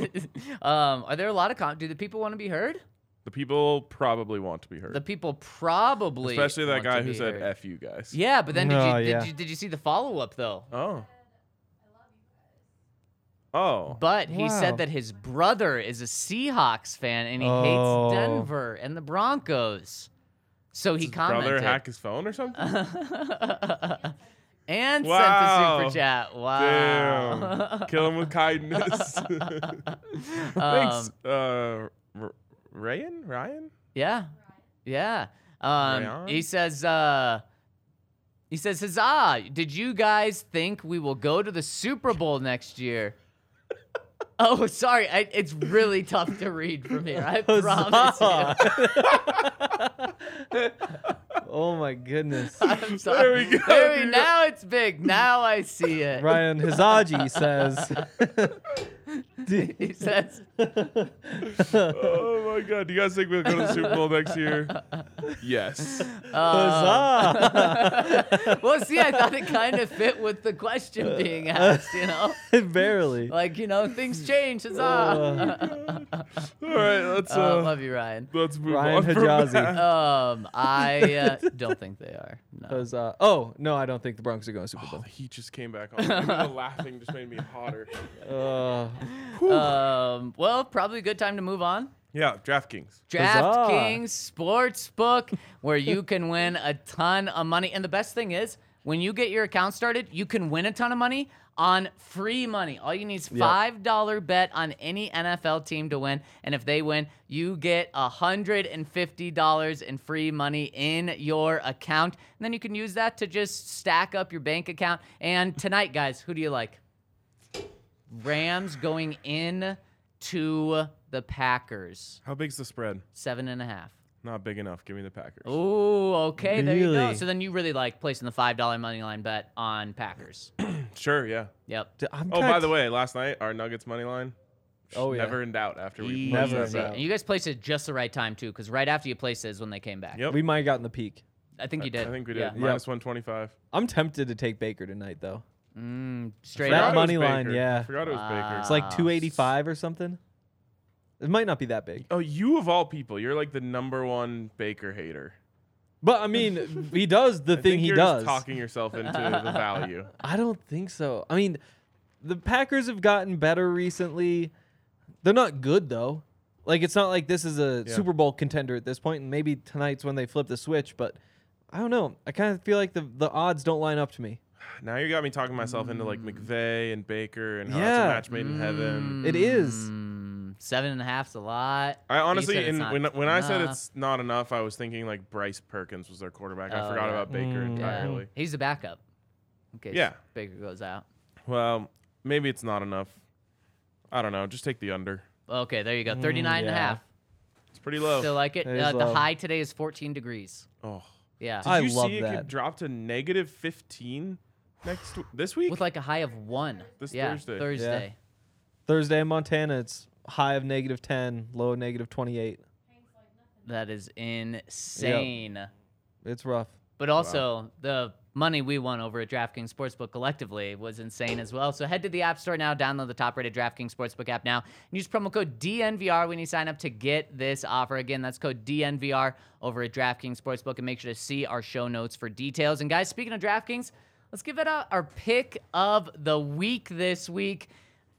S3: um, are there a lot of com- do the people want to be heard?
S2: The people probably want to be heard,
S3: The people probably,
S2: especially that
S3: want to
S2: guy who
S3: be
S2: said
S3: heard.
S2: "f you guys."
S3: Yeah, but then did,
S4: No,
S3: you, did,
S4: yeah.
S3: you, did you see the follow up though?
S2: Oh. Oh.
S3: But he
S4: Wow.
S3: said that his brother is a Seahawks fan and he
S4: Oh.
S3: hates Denver and the Broncos. So he
S2: Brother
S3: commented
S2: hack his phone or something?
S3: [laughs] and
S2: Wow.
S3: sent a super chat. Wow. [laughs]
S2: Damn. Kill him with kindness.
S3: Um,
S2: [laughs] Thanks. Uh, R- Ryan? Ryan?
S3: Yeah. Yeah. Um,
S2: Rayon?
S3: he says, uh, he says, huzzah, did you guys think we will go to the Super Bowl
S2: [laughs]
S3: next year? oh, sorry. I, it's really tough to read from here. I promise you.
S4: [laughs] oh my goodness.
S3: I'm sorry.
S2: we go,
S3: There we-
S2: dude.
S3: now it's big. Now I see it.
S4: Ryan Hizaji says. [laughs]
S3: He
S2: [laughs]
S3: says,
S2: Oh my god. Do you guys think we'll go to the Super Bowl next
S3: [laughs]
S2: year? Yes.
S4: Huzzah!
S3: uh, well, see, I thought it kind of fit with the question being asked,
S2: [laughs]
S3: you know?
S4: [laughs] Barely.
S3: Like, you know, things change.
S2: Oh,
S3: [laughs] Huzzah.
S2: All right, let's
S3: Uh,
S2: uh,
S3: love you, Ryan.
S2: let's move
S4: Ryan
S2: on. from
S4: Hijazi.
S2: that.
S3: Um, I uh, don't think they are. No.
S4: Huzzah. Oh, no, I don't think the Broncos are going to Super
S2: Oh,
S4: Bowl.
S2: the heat just came back on. Even the laughing just made me hotter.
S4: Uh,
S3: Um, well, probably a good time to move on.
S2: [laughs] Yeah, DraftKings.
S3: DraftKings Sportsbook, where you can win a ton of money. And the best thing is, when you get your account started, you can win a ton of money on free money. All you need is five dollar bet on any NFL team to win, and if they win, you get hundred and fifty dollars in free money in your account, and then you can use that to just stack up your bank account. And tonight, guys, who do you like? Rams going in to the Packers
S2: How big's the spread?
S3: seven and a half.
S2: Not big enough. Give me the Packers.
S4: Oh.
S3: Ooh, okay, there you go.
S4: Really?
S3: So then you really like placing the five dollar money line bet on
S4: [clears throat]
S3: Packers.
S2: Sure, yeah.
S3: Yep.
S4: d- I'm
S2: Oh, by
S4: kinda-
S2: the way, last night our Nuggets money line.
S4: Oh, yeah.
S2: Never in doubt after we
S3: Easy.
S4: Never
S2: pushed that
S4: doubt.
S2: back.
S3: And you guys placed it just the right time too, because right after you placed it is when they came back.
S2: Yep.
S4: we might have gotten the peak.
S3: I think you did.
S2: I think we did.
S3: Yeah.
S2: Minus 125.
S4: I'm tempted to take Baker tonight, though.
S3: Mm, straight
S2: Forgot it
S3: up.
S4: That
S2: was
S4: money line,
S2: Baker.
S4: yeah.
S2: Forgot it was
S3: Wow.
S2: Baker.
S4: It's like
S3: Ah.
S4: 285 or something. It might not be that big.
S2: Oh, you of all people, you're like the number one Baker hater.
S4: But I mean, he does the
S2: I
S4: thing
S2: think
S4: he
S2: you're
S4: does.
S2: Just talking yourself into
S4: [laughs]
S2: the value.
S4: I don't think so. I mean, the Packers have gotten better recently. They're not good though. Like it's not like this is a
S2: Yeah.
S4: Super Bowl contender at this point, and maybe tonight's when they flip the switch. But I don't know. I kind of feel like the the odds don't line up to me.
S2: Now you got me talking myself into like McVeigh and Baker and how
S4: Yeah.
S2: it's a match made in heaven.
S4: It is.
S3: Mm, seven and a half's a lot.
S2: I
S3: You
S2: honestly,
S3: said it's
S2: in,
S3: not
S2: when when I said
S3: enough.
S2: it's not enough, I was thinking like Bryce Perkins was their quarterback. I
S3: Oh,
S2: forgot
S3: yeah.
S2: about Baker
S4: Mm.
S3: Yeah.
S2: entirely.
S3: He's the backup. In case
S2: Yeah.
S3: Baker goes out.
S2: Well, maybe it's not enough. I don't know. Just take the under.
S3: Okay, there you go. 39 and
S4: Mm, yeah.
S3: a half.
S2: It's pretty low.
S3: Still like it.
S4: It is
S3: Uh, the
S4: low.
S3: high today is 14 degrees.
S2: oh,
S3: Yeah.
S2: did
S4: I
S2: you
S4: love
S2: see it
S4: that.
S2: could drop to negative fifteen next this week?
S3: With like a high of one.
S2: This
S3: yeah,
S2: Thursday. Yeah.
S3: Thursday.
S4: Thursday in Montana, it's high of negative ten, low of negative twenty eight.
S3: That is insane.
S4: It's rough.
S3: But also, the money we won over at DraftKings Sportsbook collectively was insane as well. So head to the App Store now, download the top rated DraftKings Sportsbook app now, and use promo code DNVR when you sign up to get this offer. Again, that's code DNVR over at DraftKings Sportsbook, and make sure to see our show notes for details. And guys, speaking of DraftKings, let's give it out our pick of the week this week.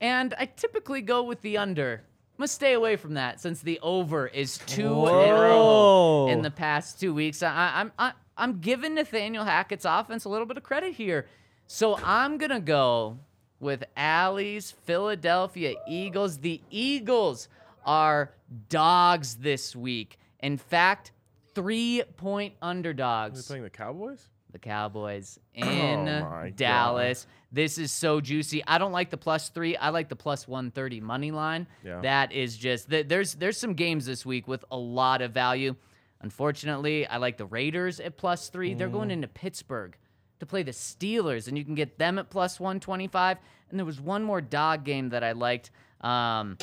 S3: And I typically go with the under. I'm gonna stay away from that since the over is two and
S4: Whoa.
S3: in the past two weeks. I, I- I'm I, I'm giving Nathaniel Hackett's offense a little bit of credit here, so I'm gonna go with Allie's Philadelphia Eagles. The Eagles are dogs this week. In fact, three point
S2: They're
S3: underdogs.
S2: playing the Cowboys.
S3: The Cowboys in
S2: Oh my God.
S3: Dallas. This is so juicy. I don't like the plus three. I like the plus one thirty money line.
S2: Yeah.
S3: That is just th- there's there's some games this week with a lot of value. Unfortunately, I like the Raiders at plus three. They're
S2: Mm.
S3: going into Pittsburgh to play the Steelers, and you can get them at plus one twenty five. And there was one more dog game that I liked. Um,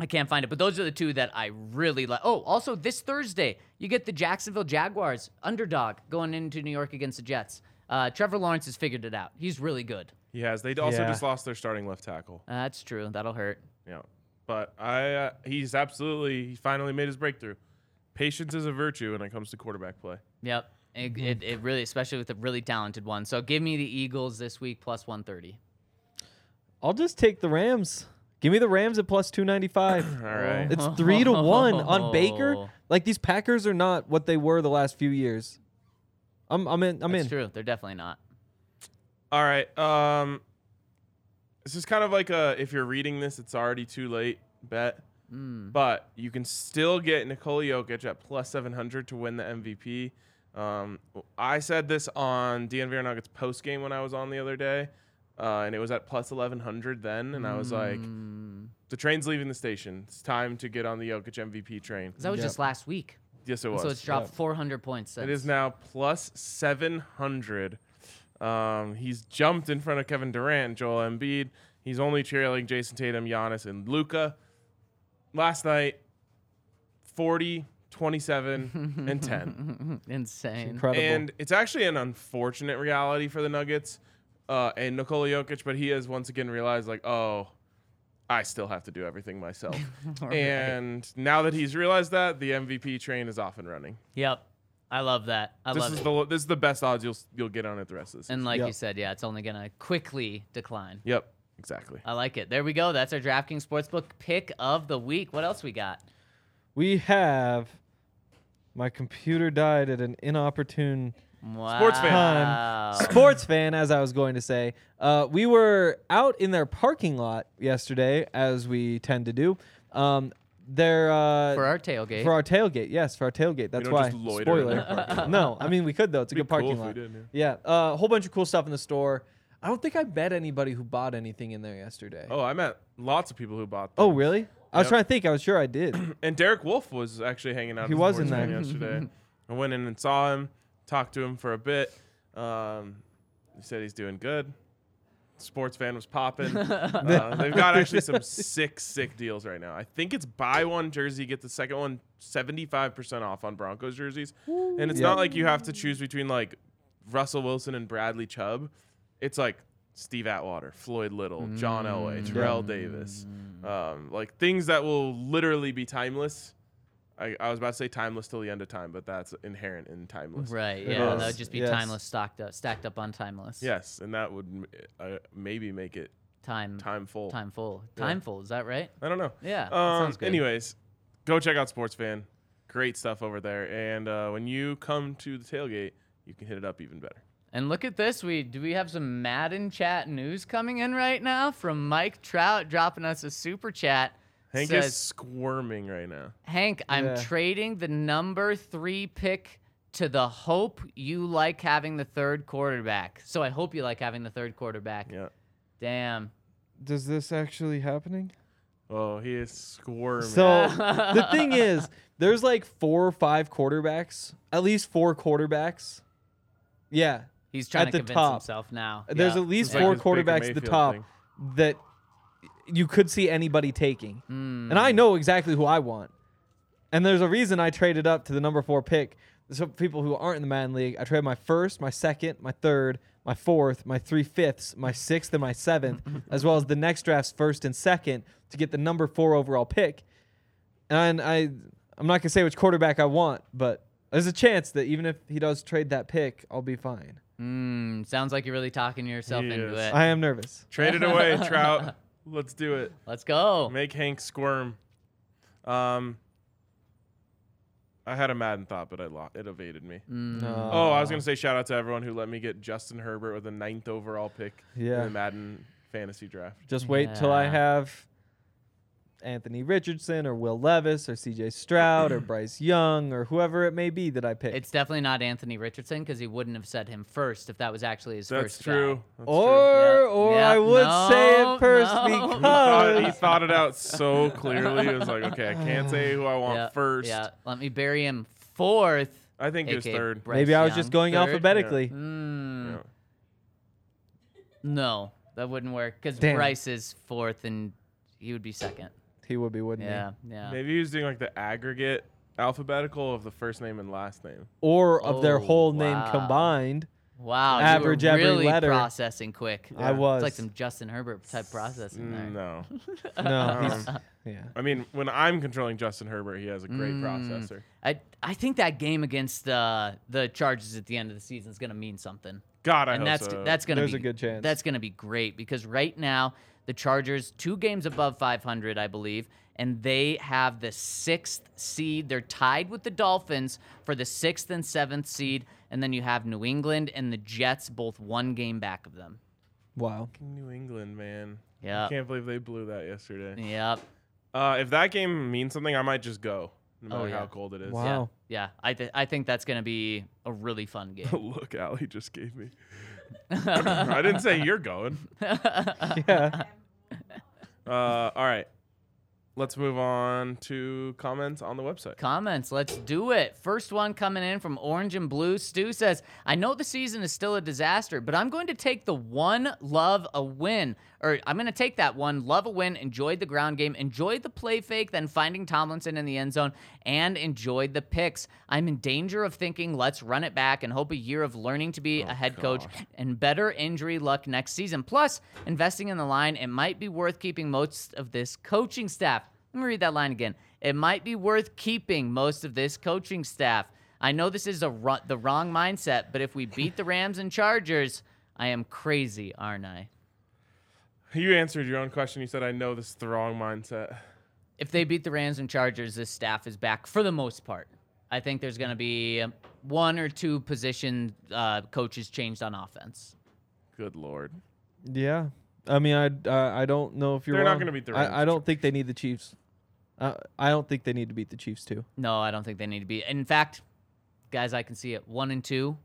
S3: I can't find it, but those are the two that I really like. Oh, also this Thursday, you get the Jacksonville Jaguars underdog going into New York against the Jets. Uh, Trevor Lawrence has figured it out. He's really good.
S2: He has. They also
S4: Yeah.
S2: just lost their starting left tackle.
S3: Uh, that's true. That'll hurt.
S2: Yeah, but I uh, he's absolutely he finally made his breakthrough. Patience is a virtue when it comes to quarterback play.
S3: Yep. It, it, it really, especially with a really talented one. So give me the Eagles this week plus 130.
S4: I'll just take the Rams. Give me the Rams at plus two ninety five.
S2: All
S3: [coughs]
S2: right.
S4: It's three to one
S3: [laughs]
S4: on Baker. Like these Packers are not what they were the last few years. I'm I'm in I'm
S3: That's
S4: in.
S3: true. They're definitely not.
S2: All right. Um, this is kind of like a if you're reading this, it's already too late bet,
S3: Hmm.
S2: but you can still get Nikola Jokic at plus 700 to win the MVP. Um, I said this on DNVR Nuggets post game when I was on the other day, uh, and it was at plus 1100 then, and I was like,
S3: Hmm.
S2: the train's leaving the station. It's time to get on the Jokic MVP train.
S3: 'Cause That was
S4: Yep.
S3: just last week.
S2: Yes, it was.
S3: So it's dropped 400 points.
S2: It
S3: Since.
S2: is now plus 700. Um, he's jumped in front of Kevin Durant, Joel Embiid. He's only trailing Jason Tatum, Giannis, and Luca. Last night, 40, 27, and 10.
S3: insane.
S4: Incredible.
S2: And it's actually an unfortunate reality for the Nuggets uh, and Nikola Jokic, but he has once again realized, like, oh, I still have to do everything myself. and now that he's realized that, the MVP train is off and running.
S3: Yep. I love that. I
S2: This
S3: love
S2: is
S3: it.
S2: the lo- this is the best odds you'll s- you'll get on it the rest of the season.
S3: And like you
S4: Yep.
S3: said, yeah, it's only gonna quickly decline.
S2: yep, exactly.
S3: I like it. There we go. That's our DraftKings Sportsbook pick of the week. What else we got?
S4: we have my computer died at an inopportune
S3: Wow.
S2: fan.
S4: time. Sports fan, as I was going to say. Uh, we were out in their parking lot yesterday, as we tend to do. Um, their uh,
S3: For our tailgate.
S4: for our tailgate, yes, for our tailgate. That's
S2: don't
S4: why.
S2: just loiter in
S4: Spoiler.
S2: their parking
S4: no, I mean we could though. It's a
S2: Be
S4: good parking
S2: cool
S4: lot.
S2: if we did,
S4: yeah, uh, a whole bunch of cool stuff in the store. I don't think I bet anybody who bought anything in there yesterday.
S2: Oh, I met lots of people who bought.
S4: Oh,
S2: things.
S4: really? I was
S2: Yep.
S4: trying to think. I was sure I did.
S2: [coughs] And Derek Wolf was actually hanging out. at
S4: He
S2: the
S4: was in
S2: sports fan
S4: there. [laughs]
S2: yesterday. I went in and saw him, talked to him for a bit. Um, he said he's doing good. Sports fan was popping. Uh, they've got actually some sick, sick deals right now. I think it's buy one jersey, get the second one 75% off on Broncos jerseys. And it's
S4: Yep.
S2: not like you have to choose between like Russell Wilson and Bradley Chubb. It's like Steve Atwater, Floyd Little, John Elway, Terrell Davis, um, like things that will literally be timeless. I, I was about to say timeless till the end of time, but that's inherent in timeless.
S3: Right. Yeah.
S4: Yes,
S3: That would just be
S4: yes.
S3: timeless stacked up, stacked up on timeless.
S2: Yes, and that would m- uh, maybe make it
S3: Time.
S2: time full.
S3: Time full. Time full. Is that right?
S2: I don't know.
S3: Yeah, that
S2: Um,
S3: sounds good.
S2: Anyways, go check out Sports Fan. Great stuff over there. And uh, when you come to the tailgate, you can hit it up even better.
S3: And look at this. We do we have some Madden chat news coming in right now from Mike Trout dropping us a super chat.
S2: Hank is
S3: says,
S2: squirming right now.
S3: Hank, I'm
S4: Yeah.
S3: trading the number three pick to the hope you like having the third quarterback. So I hope you like having the third quarterback.
S2: Yeah.
S3: Damn.
S4: Does this actually happening?
S2: Oh, he is squirming.
S4: So the thing is, there's like four or five quarterbacks, at least four quarterbacks. Yeah,
S3: He's trying
S4: At
S3: to
S4: the
S3: convince
S4: top.
S3: himself now.
S4: there's
S3: Yeah.
S4: at least
S2: It's like
S4: four
S2: his Baker
S4: quarterbacks at the
S2: Mayfield
S4: top
S2: thing.
S4: that you could see anybody taking. And I know exactly who I want. And there's a reason I traded up to the number four pick. So people who aren't in the Madden League, I traded my first, my second, my third, my fourth, my three fifths, my sixth, and my seventh, as well as the next draft's first and second to get the number four overall pick. And I, I'm not gonna say which quarterback I want, but there's a chance that even if he does trade that pick, I'll be fine.
S3: Mm, sounds like you're really talking yourself
S2: He
S3: into
S2: is.
S3: it.
S4: I am nervous.
S2: Trade it away, Trout. Let's do it.
S3: Let's go.
S2: Make Hank squirm. Um, I had a Madden thought, but I lost. It evaded me. Oh,
S4: Uh-huh.
S2: I was gonna say shout out to everyone who let me get Justin Herbert with the ninth overall pick in
S4: Yeah.
S2: the Madden fantasy draft.
S4: Just wait till I
S3: Yeah.
S4: have Anthony Richardson or Will Levis or CJ
S3: [clears throat]
S4: Stroud or Bryce Young or whoever it may be that I pick.
S3: It's definitely not Anthony Richardson because he wouldn't have said him first if that was actually his
S2: That's
S3: first. guy.
S2: true. That's true.
S4: or
S3: Yeah.
S4: or
S3: Yeah.
S4: I would say
S3: No, [laughs]
S4: it first
S3: no.
S2: He thought, he
S4: because
S2: thought it out so clearly. It was like, okay, I can't say who I want
S3: Yeah,
S2: first.
S3: Yeah. Let me bury him fourth.
S2: I think it was
S3: AKA
S2: third.
S3: Bryce
S4: maybe I was
S3: Young.
S4: just going
S3: Third?
S4: alphabetically.
S3: Mm,
S2: Yeah.
S3: No, that wouldn't work because
S4: Damn.
S3: Bryce is fourth and he would be second.
S4: He would be, wouldn't
S3: Yeah.
S4: he?
S3: Yeah.
S2: Maybe he was doing like the aggregate alphabetical of the first name and last name.
S4: Or of their
S3: Oh,
S4: whole name
S3: wow.
S4: combined.
S3: [laughs] Wow.
S4: Average
S3: you were
S4: every
S3: really
S4: letter.
S3: processing quick.
S4: I was.
S3: It's like some Justin Herbert type processing there. [laughs]
S2: No.
S4: no, he's,
S2: Um,
S4: yeah.
S2: I mean, when I'm controlling Justin Herbert, he has a
S3: Mm.
S2: great processor.
S3: I I think that game against uh, the Chargers at the end of the season is going to mean something.
S2: God, I
S3: and
S2: hope
S3: that's
S2: Oh, so.
S3: that's gonna
S4: There's
S3: be
S4: a good chance.
S3: That's gonna be great because right now the Chargers two games above 500, I believe, and they have the sixth seed. They're tied with the Dolphins for the sixth and seventh seed, and then you have New England and the Jets, both one game back of them.
S4: Wow.
S2: New England, man.
S3: Yeah.
S2: Can't believe they blew that yesterday.
S3: Yep.
S2: Uh, if that game means something, I might just go, no
S3: Oh,
S2: matter
S3: yeah.
S2: how cold it is.
S4: Wow.
S3: Yeah. Yeah. I th- I think that's gonna be a really fun
S4: [laughs]
S3: game.
S2: Look, Allie just gave me. I didn't say you're going.
S4: Yeah.
S2: Uh, all right. Let's move on to comments on the website.
S3: comments. Let's do it. First one coming in from Orange and Blue. Stu says, I know the season is still a disaster, but I'm going to take the one love a win. Or I'm going to take that one, love a win, enjoyed the ground game, enjoyed the play fake, then finding Tomlinson in the end zone, and enjoyed the picks. I'm in danger of thinking, let's run it back and hope a year of learning to be a head coach and better injury luck next season. Plus, investing in the line, it might be worth keeping most of this coaching staff. Let me read that line again. It might be worth keeping most of this coaching staff. I know this is a ru- the wrong mindset, but if we beat the Rams and Chargers, I am crazy, aren't I?
S2: You answered your own question. You said, I know this is the wrong mindset.
S3: If they beat the Rams and Chargers, this staff is back for the most part. I think there's going to be um, one or two position uh, coaches changed on offense.
S2: Good lord.
S4: Yeah. I mean, I uh, I don't know if you're.
S2: They're not
S4: wrong.
S2: gonna beat the Rams.
S4: I, I don't think they need the Chiefs. Uh, I don't think they need to beat the Chiefs too.
S3: No, I don't think they need to be. In fact, guys, I can see it one and two,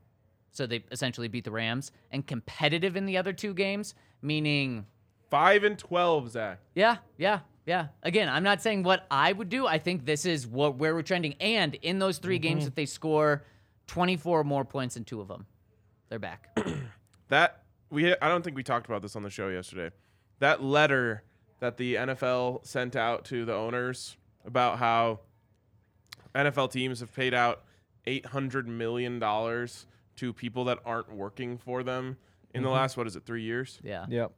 S3: so they essentially beat the Rams and competitive in the other two games, meaning.
S2: 5 and 12, Zach.
S3: Yeah, yeah, yeah. Again, I'm not saying what I would do. I think this is what where we're trending. And in those 3 games, if they score 24 more points in two of them, they're back.
S2: That we I don't think we talked about this on the show yesterday. That letter that the NFL sent out to the owners about how NFL teams have paid out 800 million dollars to people that aren't working for them in the last what is it, three years?
S3: Mm-hmm. Yeah.
S4: Yep.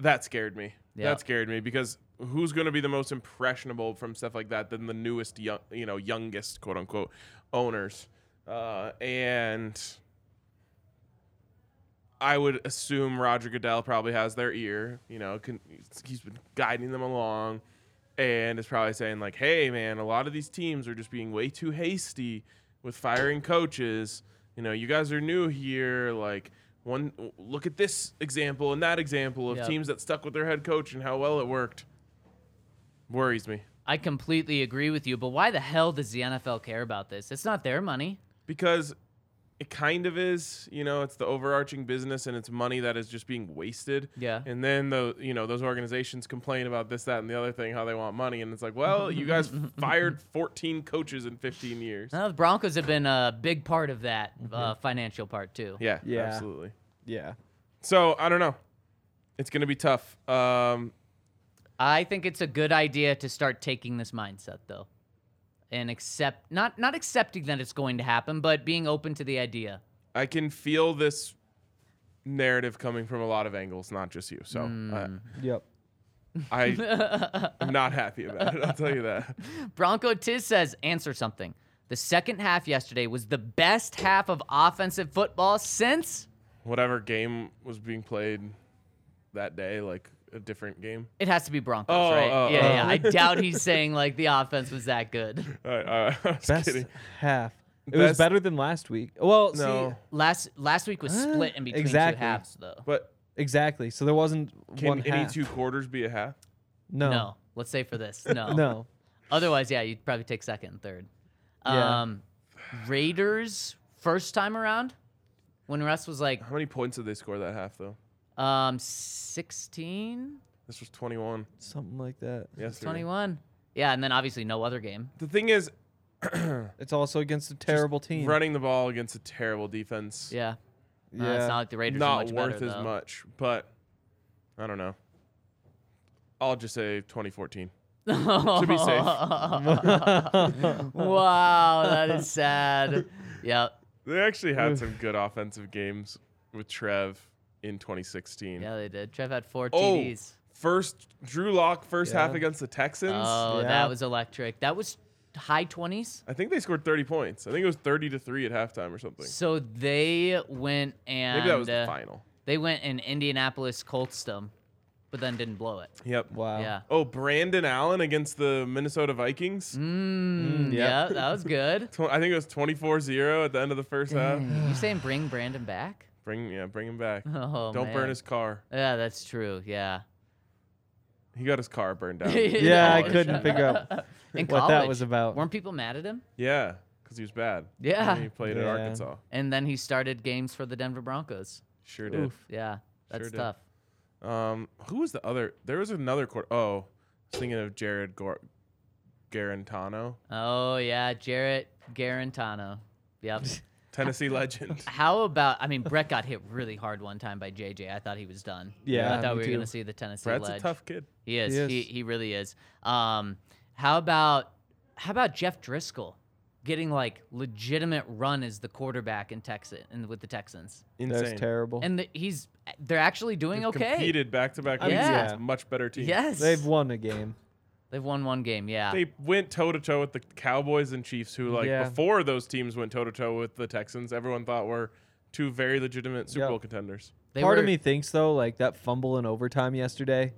S2: That scared me.
S3: Yeah.
S2: That scared me because who's going to be the most impressionable from stuff like that than the newest, young, you know, youngest quote unquote owners? Uh, and I would assume Roger Goodell probably has their ear. You know, can, he's been guiding them along, and is probably saying like, "Hey, man, a lot of these teams are just being way too hasty with firing coaches. You know, you guys are new here. Like, one look at this example and that example of
S3: Yep.
S2: teams that stuck with their head coach and how well it worked. Worries me
S3: I completely agree with you, but why the hell does the NFL care about this? It's not their money.
S2: because." It kind of is, you know, it's the overarching business and it's money that is just being wasted.
S3: Yeah.
S2: And then the you know those organizations complain about this, that, and the other thing, how they want money, and it's like, well, you guys fired 14 coaches in 15 years.
S3: Now, the Broncos have been a big part of that uh, financial part too.
S2: Yeah,
S4: Yeah.
S2: absolutely.
S4: Yeah.
S2: So I don't know. It's gonna be tough. Um,
S3: I think it's a good idea to start taking this mindset though, and accept not not accepting that it's going to happen, but being open to the idea.
S2: I can feel this narrative coming from a lot of angles, not just you. So
S4: Yep.
S2: uh, I, I'm not happy about it. I'll tell you that.
S3: Bronco Tiz says, answer something. The second half yesterday was the best half of offensive football since
S2: Whatever game was being played that day, like a different game.
S3: it has to be Broncos,
S2: Oh,
S3: right?
S2: oh,
S3: yeah,
S2: oh.
S3: yeah. I doubt
S2: [laughs]
S3: he's saying like the offense was that good.
S2: All right, all right. I [laughs] was
S4: Best
S2: kidding.
S4: half. It was
S2: Best-
S4: better than last week. Well,
S2: No,
S4: see,
S3: Last last week was split in between
S4: exactly.
S3: two halves though.
S2: but
S4: exactly. So there wasn't one
S2: can any
S4: half.
S2: two quarters be a half?
S4: No.
S3: No. Let's say for
S4: [laughs]
S3: this. No.
S4: No.
S3: Otherwise, yeah, you'd probably take second and third.
S4: Yeah.
S3: Um Raiders first time around when Russ was like
S2: How many points did they score that half though?
S3: um 16,
S2: This was 21
S4: Something like that.
S2: yesterday.
S3: 21. Yeah, and then obviously no other game.
S2: The thing is,
S4: It's also against a terrible team.
S2: running the ball against a terrible defense,
S3: Yeah.
S4: Yeah.
S3: Uh, it's not like the Raiders are
S2: not
S3: much
S2: worth
S3: better,
S2: as
S3: though.
S2: much. But I don't know. I'll just say
S3: [laughs]
S2: 2014 to be safe.
S3: wow, that is sad.
S2: [laughs]
S3: yep.
S2: They actually
S4: [laughs]
S2: had some good offensive games with Trev in 2016.
S3: Yeah, they did. Trev had four
S2: Oh,
S3: TDs.
S2: first Drew Lock first half
S4: Yeah.
S2: against the Texans.
S3: Oh,
S4: Yeah.
S3: that was electric. That was high 20s.
S2: I think they scored 30 points. I think it was 30 to three at halftime or something.
S3: So they went and
S2: Maybe that was the
S3: uh,
S2: final.
S3: they went in Indianapolis Colts them, but then didn't blow it.
S2: Yep.
S4: Wow.
S3: Yeah.
S2: Oh, Brandon Allen against the Minnesota Vikings.
S3: Mm,
S4: yeah.
S3: yeah,
S2: [laughs]
S3: that was good.
S2: Tw- I think it was 24-0 at the end of the first half.
S3: you saying bring Brandon back? [laughs]
S2: Bring yeah, bring him back.
S3: Oh,
S2: Don't burn
S3: man.
S2: his car.
S3: Yeah, that's true. Yeah.
S2: He got his car burned down.
S3: [laughs] Yeah.
S4: Yeah, I
S2: College.
S4: couldn't figure out
S3: [laughs]
S2: [laughs]
S3: In
S4: what
S3: college,
S4: that was about.
S3: Weren't people mad at him?
S2: yeah, because he was bad.
S3: Yeah.
S2: And he played at
S4: Yeah.
S2: Arkansas.
S3: And then he started games for the Denver Broncos.
S2: Sure did.
S3: Yeah,
S2: Sure
S3: that's
S2: did.
S3: tough.
S2: Um, who was the other? There was another quarter. Oh, I was thinking of Jared Gor- Garantano,
S3: Oh yeah, Jarrett Garantano. Yep.
S2: Tennessee
S3: [laughs]
S2: legend.
S3: How about? I mean, Brett got hit really hard one time by JJ. I thought he was done.
S4: Yeah,
S3: I thought
S4: me
S3: we were gonna
S4: too.
S3: see the Tennessee
S2: Brad's a
S3: ledge.
S2: tough kid.
S3: He is. He,
S4: is.
S3: he, really is. Um, how about how about Jeff Driscoll getting like legitimate run as the quarterback in Texas and with the Texans,
S4: That
S2: Insane.
S4: was terrible.
S3: and the, he's they're actually doing okay.
S2: Competed back to back weeks
S3: Yeah.
S2: against much better teams.
S3: Yes,
S4: They've won a game.
S3: They've won one game. Yeah,
S2: They went toe to toe with the Cowboys and Chiefs, who like
S4: Yeah.
S2: before those teams went toe to toe with the Texans. Everyone thought were two very legitimate Super
S4: Yep.
S2: Bowl contenders.
S3: They
S4: Part of
S3: were-
S4: me thinks though, like that fumble in overtime yesterday.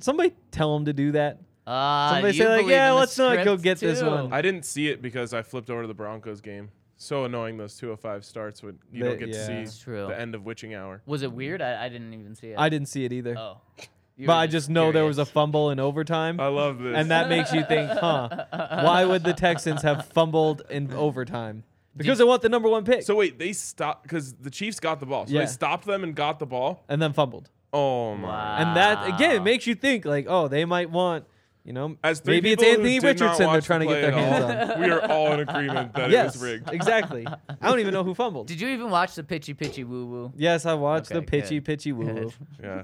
S4: Somebody tell him to do that.
S3: Uh,
S4: Somebody
S3: you
S4: say like,
S3: believe
S4: "Yeah,
S3: in the
S4: let's not go
S3: script,
S4: get this
S3: too."
S4: one."
S2: I didn't see it because I flipped over to the Broncos game. So annoying those 205 starts when you
S4: They-
S2: don't get
S4: yeah.
S2: to
S4: That's
S2: see
S3: true.
S2: the end of witching hour.
S3: Was it weird? I, I didn't even see it.
S4: Mm-hmm. I didn't see it either.
S3: Oh, You
S4: but
S3: were
S4: I just know there was a
S3: curious.
S4: fumble in overtime.
S2: I love this.
S4: and that makes you think, huh? Why would the Texans have fumbled in overtime? Because they want the number one pick.
S2: So wait, they stopped because the Chiefs got the ball. So
S4: Yeah.
S2: they stopped them and got the ball.
S4: and then fumbled.
S2: Oh my!
S3: Ah.
S4: And that again it makes you think like, oh, they might want, You know,
S2: As three
S4: maybe it's
S2: people who
S4: Anthony
S2: did not
S4: Richardson they're
S2: watch the
S4: trying to get
S2: play
S4: their
S2: at
S4: hands
S2: [laughs] all,
S4: on.
S2: We are all in agreement that it
S4: yes,
S2: was rigged. [laughs]
S4: exactly. I don't even know who fumbled.
S3: Did you even watch the pitchy pitchy woo woo?
S4: Yes, I watched the
S3: Okay,
S4: pitchy pitchy woo woo.
S2: Yeah,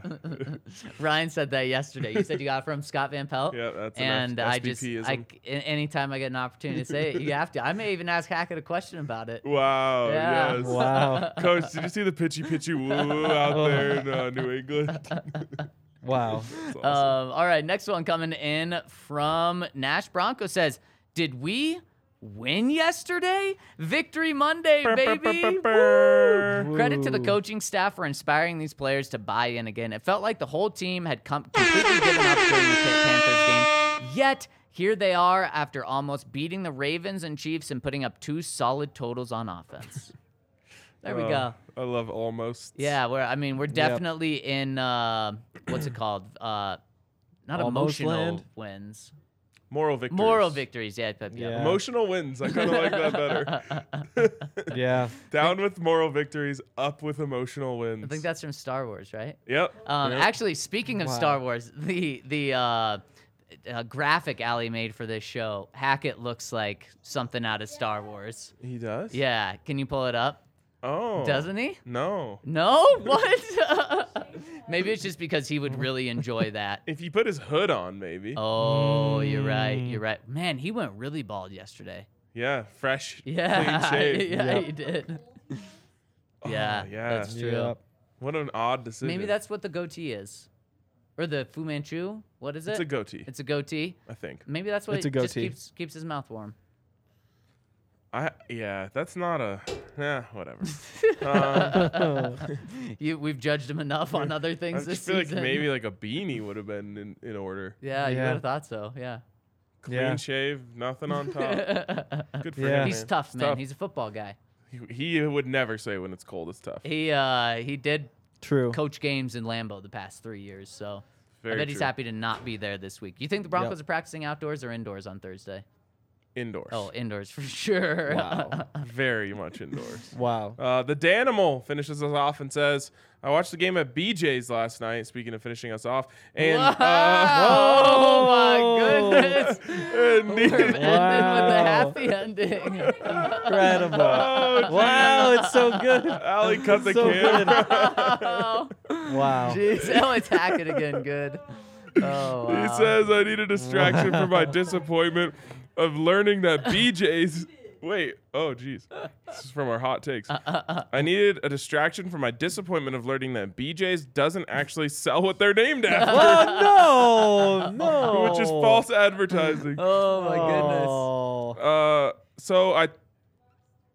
S3: Ryan said that yesterday. You said you got it from Scott Van Pelt.
S2: Yeah, that's enough
S3: and I just, I,
S2: SVP-ism.
S3: a- anytime I get an opportunity to say it, you have to. I may even ask Hackett a question about it.
S2: Wow.
S3: Yeah.
S2: Yes.
S4: Wow,
S2: Coach, did you see the pitchy pitchy woo woo
S4: [laughs]
S2: out there in uh,
S4: Oh.
S2: New England? [laughs] That's
S4: wow.
S2: [laughs] awesome.
S3: Um, all right, next one coming in from Nash Bronco says, "Did we win yesterday? Victory Monday, baby!"
S2: Brr.
S3: [laughs] Credit to the
S4: Woo.
S3: coaching staff for inspiring these players to buy in again. It felt like the whole team had com- completely given up during the Pa- Panthers game. Yet, here they are after almost beating the Ravens and Chiefs and putting up two solid totals on
S4: [laughs]
S3: offense. There we
S2: Oh,
S3: go.
S2: I love almost.
S3: Yeah, we're. I mean, we're definitely in. Uh, what's it called? Uh, not
S4: Almost
S3: emotional
S4: land?
S3: wins.
S2: Moral victories.
S3: Moral victories. Yeah. but- yeah.
S4: Yeah.
S2: Emotional wins. I kind of like that
S3: [laughs]
S2: better.
S4: Yeah,
S2: Down with moral victories, up with emotional wins.
S3: I think that's from Star Wars, right?
S2: Yep.
S3: Um,
S2: Yep.
S3: Actually, speaking of Star
S4: Wow.
S3: Wars, the the uh, uh, graphic Allie made for this show, Hackett looks like something out of Star Wars.
S2: he does.
S3: Yeah, can you pull it up?
S2: Oh.
S3: Doesn't he?
S2: No.
S3: No, what? [laughs] Maybe it's just because he would really enjoy that.
S2: If he put his hood on, maybe.
S3: Oh, you're right. You're right. Man, he went really bald yesterday. [laughs]
S2: Yeah. Fresh.
S3: Yeah, [laughs]
S2: Clean shave.
S3: yeah,
S4: Yep.
S3: he did.
S2: Oh,
S3: yeah,
S2: yeah.
S3: that's true.
S4: yeah.
S2: What an odd decision.
S3: Maybe that's what the goatee is, or the Fu Manchu. What is it?
S2: It's a goatee.
S3: It's a goatee.
S2: I think.
S3: Maybe that's what
S4: It's a
S3: just
S4: goatee.
S3: keeps keeps his mouth warm.
S2: I yeah. That's not a. Yeah.
S3: [laughs]
S2: Whatever. um,
S3: You, we've judged him enough on
S2: [laughs]
S3: other
S2: I
S3: things
S2: just
S3: this
S2: feel like
S3: season.
S2: maybe like a beanie would have been in, in order.
S3: Yeah, you
S4: Yeah.
S3: would have thought so. Yeah.
S2: Clean
S4: Yeah.
S2: shave, nothing on
S3: [laughs]
S2: top. Good for
S4: Yeah.
S2: him.
S3: He's
S2: man.
S3: tough,
S2: It's
S3: man. He's a football guy.
S2: he, he would never say when it's cold. It's tough.
S3: He uh he did
S4: true.
S3: coach games in Lambeau the past three years, so
S2: Very
S3: I bet he's
S2: true.
S3: happy to not be there this week. You think the Broncos are practicing outdoors or indoors on Thursday?
S2: Indoors.
S3: Oh, indoors [laughs] for sure. [laughs]
S4: Wow.
S2: Very much indoors.
S4: Wow.
S2: Uh, the Danimal finishes us off and says, I watched the game at BJ's last night, speaking of finishing us off, and, [laughs]
S3: Wow.
S2: uh,
S3: Oh
S2: [laughs]
S3: my goodness.
S2: and
S3: We're
S2: needed,
S4: Wow.
S3: ending with a happy ending. [laughs]
S2: [laughs]
S4: Incredible. wow, it's so good.
S2: Oh, Allie cut the
S4: so
S2: camera.
S3: oh,
S4: Wow.
S3: jeez. Oh, it's hacking again. Good. Oh,
S2: He
S3: wow.
S2: says, I need a distraction for my disappointment of learning that BJ's. [laughs] Wait, oh, geez. This is from our hot takes. I needed a distraction for my disappointment of learning that BJ's doesn't actually sell what they're named after,
S4: Oh no,
S2: [laughs]
S4: no.
S2: which is false advertising.
S3: Oh my goodness.
S4: Oh.
S2: Uh, so I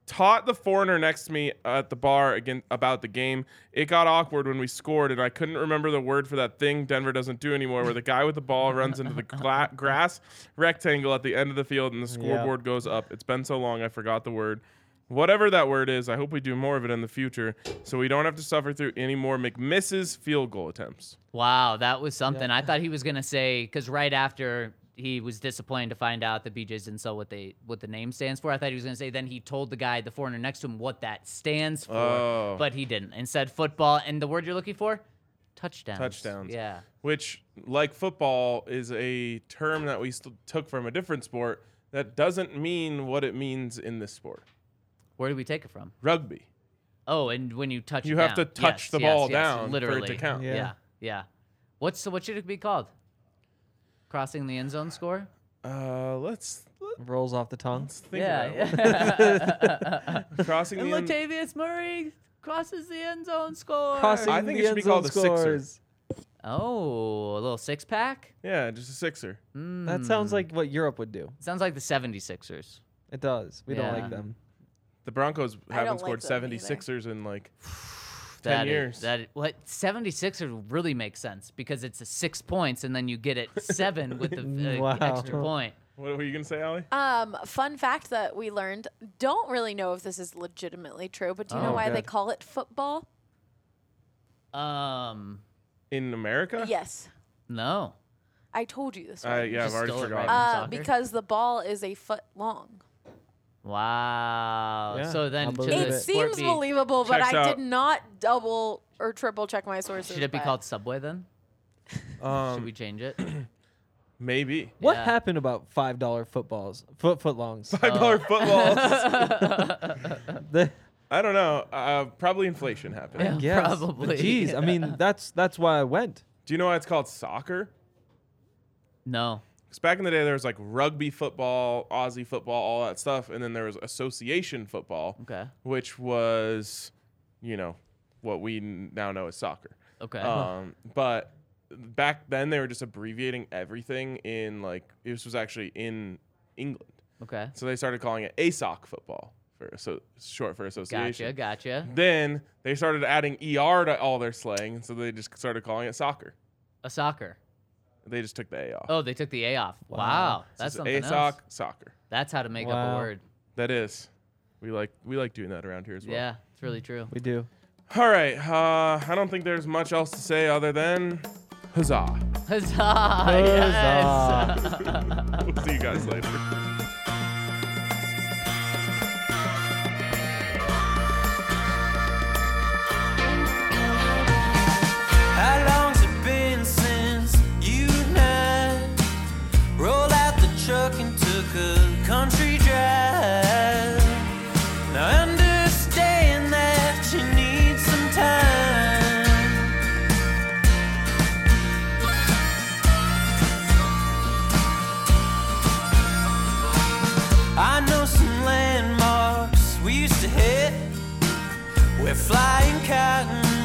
S2: taught the foreigner next to me at the bar again about the game. It got awkward when we scored, and I couldn't remember the word for that thing Denver doesn't do anymore, where the guy with the ball runs into the gla- grass rectangle at the end of the field, and the scoreboard goes up. It's been so long, I forgot the word. Whatever that word is, I hope we do more of it in the future, so we don't have to suffer through any more McMisses field goal attempts.
S3: Wow, that was something. I thought he was gonna say because right after he was disappointed to find out that BJ's didn't sell what they what the name stands for. I thought he was gonna say then he told the guy the foreigner next to him what that stands for,
S2: Oh.
S3: but he didn't. Instead, football and the word you're looking for, touchdowns.
S2: Touchdowns.
S3: Yeah.
S2: which, like football, is a term that we st- took from a different sport that doesn't mean what it means in this sport.
S3: Where did we take it from?
S2: Rugby.
S3: Oh, and when you touch, it
S2: You have to
S3: down.
S2: touch
S3: Yes,
S2: the
S3: yes,
S2: ball
S3: yes,
S2: down for it
S3: literally
S2: to count.
S3: Yeah.
S4: Yeah.
S3: yeah, What's what should it be called? Crossing the end zone score.
S2: Uh, let's let's
S4: Rolls off the tongue.
S2: think about [laughs]
S3: [laughs] yeah.
S2: it.
S3: [laughs]
S2: crossing the.
S3: and
S2: End-
S3: Latavius Murray crosses the end zone score.
S4: Crossing
S2: I think
S4: the
S2: it should
S4: end
S2: be called
S4: zone
S2: the sixer.
S4: scores.
S3: Oh, a little six pack?
S2: yeah, just a sixer.
S3: Hmm.
S4: That sounds like what Europe would do.
S3: Sounds like the 76ers.
S4: It does. We don't
S3: Yeah.
S4: like them.
S2: The Broncos
S5: don't
S2: haven't
S5: like
S2: scored
S5: them either.
S2: 76ers in like.
S3: That is-
S2: years.
S3: that is- what 76ers really makes sense because it's a six points and then you get it seven with the uh,
S4: Wow.
S3: extra point.
S2: What were you gonna say, Ali?
S5: Um, fun fact that we learned. Don't really know if this is legitimately true, but do you know
S4: Oh,
S5: why they
S4: good.
S5: call it football?
S3: Um,
S2: In America?
S5: Yes,
S3: no.
S5: I told you this.
S2: Uh,
S5: Right?
S2: yeah, I've
S3: Just
S2: already
S3: stole it right
S2: forgotten.
S3: from
S5: uh,
S3: soccer?
S5: because the ball is a foot long.
S3: Wow.
S4: Yeah,
S3: so
S4: I'll
S3: then to
S4: believe
S5: It
S3: the
S4: it.
S3: sport
S5: seems
S3: be-
S5: believable, but
S2: Checks
S5: I
S2: out.
S5: did not double or triple check my sources.
S3: Should it be
S5: but-
S3: called Subway then?
S2: Um,
S3: Should we change it?
S2: Maybe.
S4: What
S3: Yeah.
S4: happened about five dollar footballs,
S2: [laughs]
S4: foot footlongs?
S2: Five dollar footballs.
S3: [laughs]
S4: The-
S2: I don't know. Uh, probably inflation happened.
S3: Yeah.
S4: yes, but
S3: Probably.
S4: Jeez, I mean that's that's why I went.
S2: Do you know why it's called soccer?
S3: No.
S2: Because back in the day, there was like rugby football, Aussie football, all that stuff, and then there was association football,
S3: Okay.
S2: which was, you know, what we n- now know as soccer.
S3: Okay.
S2: Um, but back then, they were just abbreviating everything in like this was actually in England,
S3: okay.
S2: so they started calling it ASOC football for so short for association.
S3: Gotcha. Gotcha.
S2: Then they started adding ER to all their slang, and so they just started calling it soccer.
S3: A soccer.
S2: They just took the A off.
S3: Oh, they took the A off. Wow.
S2: So
S3: That's
S2: it's
S3: something
S2: ASOC
S3: else.
S2: soccer.
S3: That's how to make up a
S4: Wow.
S3: word.
S2: That is. We like we like doing that around here as well.
S3: Yeah, it's really true. [laughs]
S4: We do.
S2: All right. Uh, I don't think there's much else to say other than huzzah.
S3: Huzzah! Yes.
S4: Huzzah.
S2: we'll see you guys later.
S1: How long's it been since you and I rolled out the truck and took a country drive? Now understand that you need some time. I know some landmarks we used to hit where flying cotton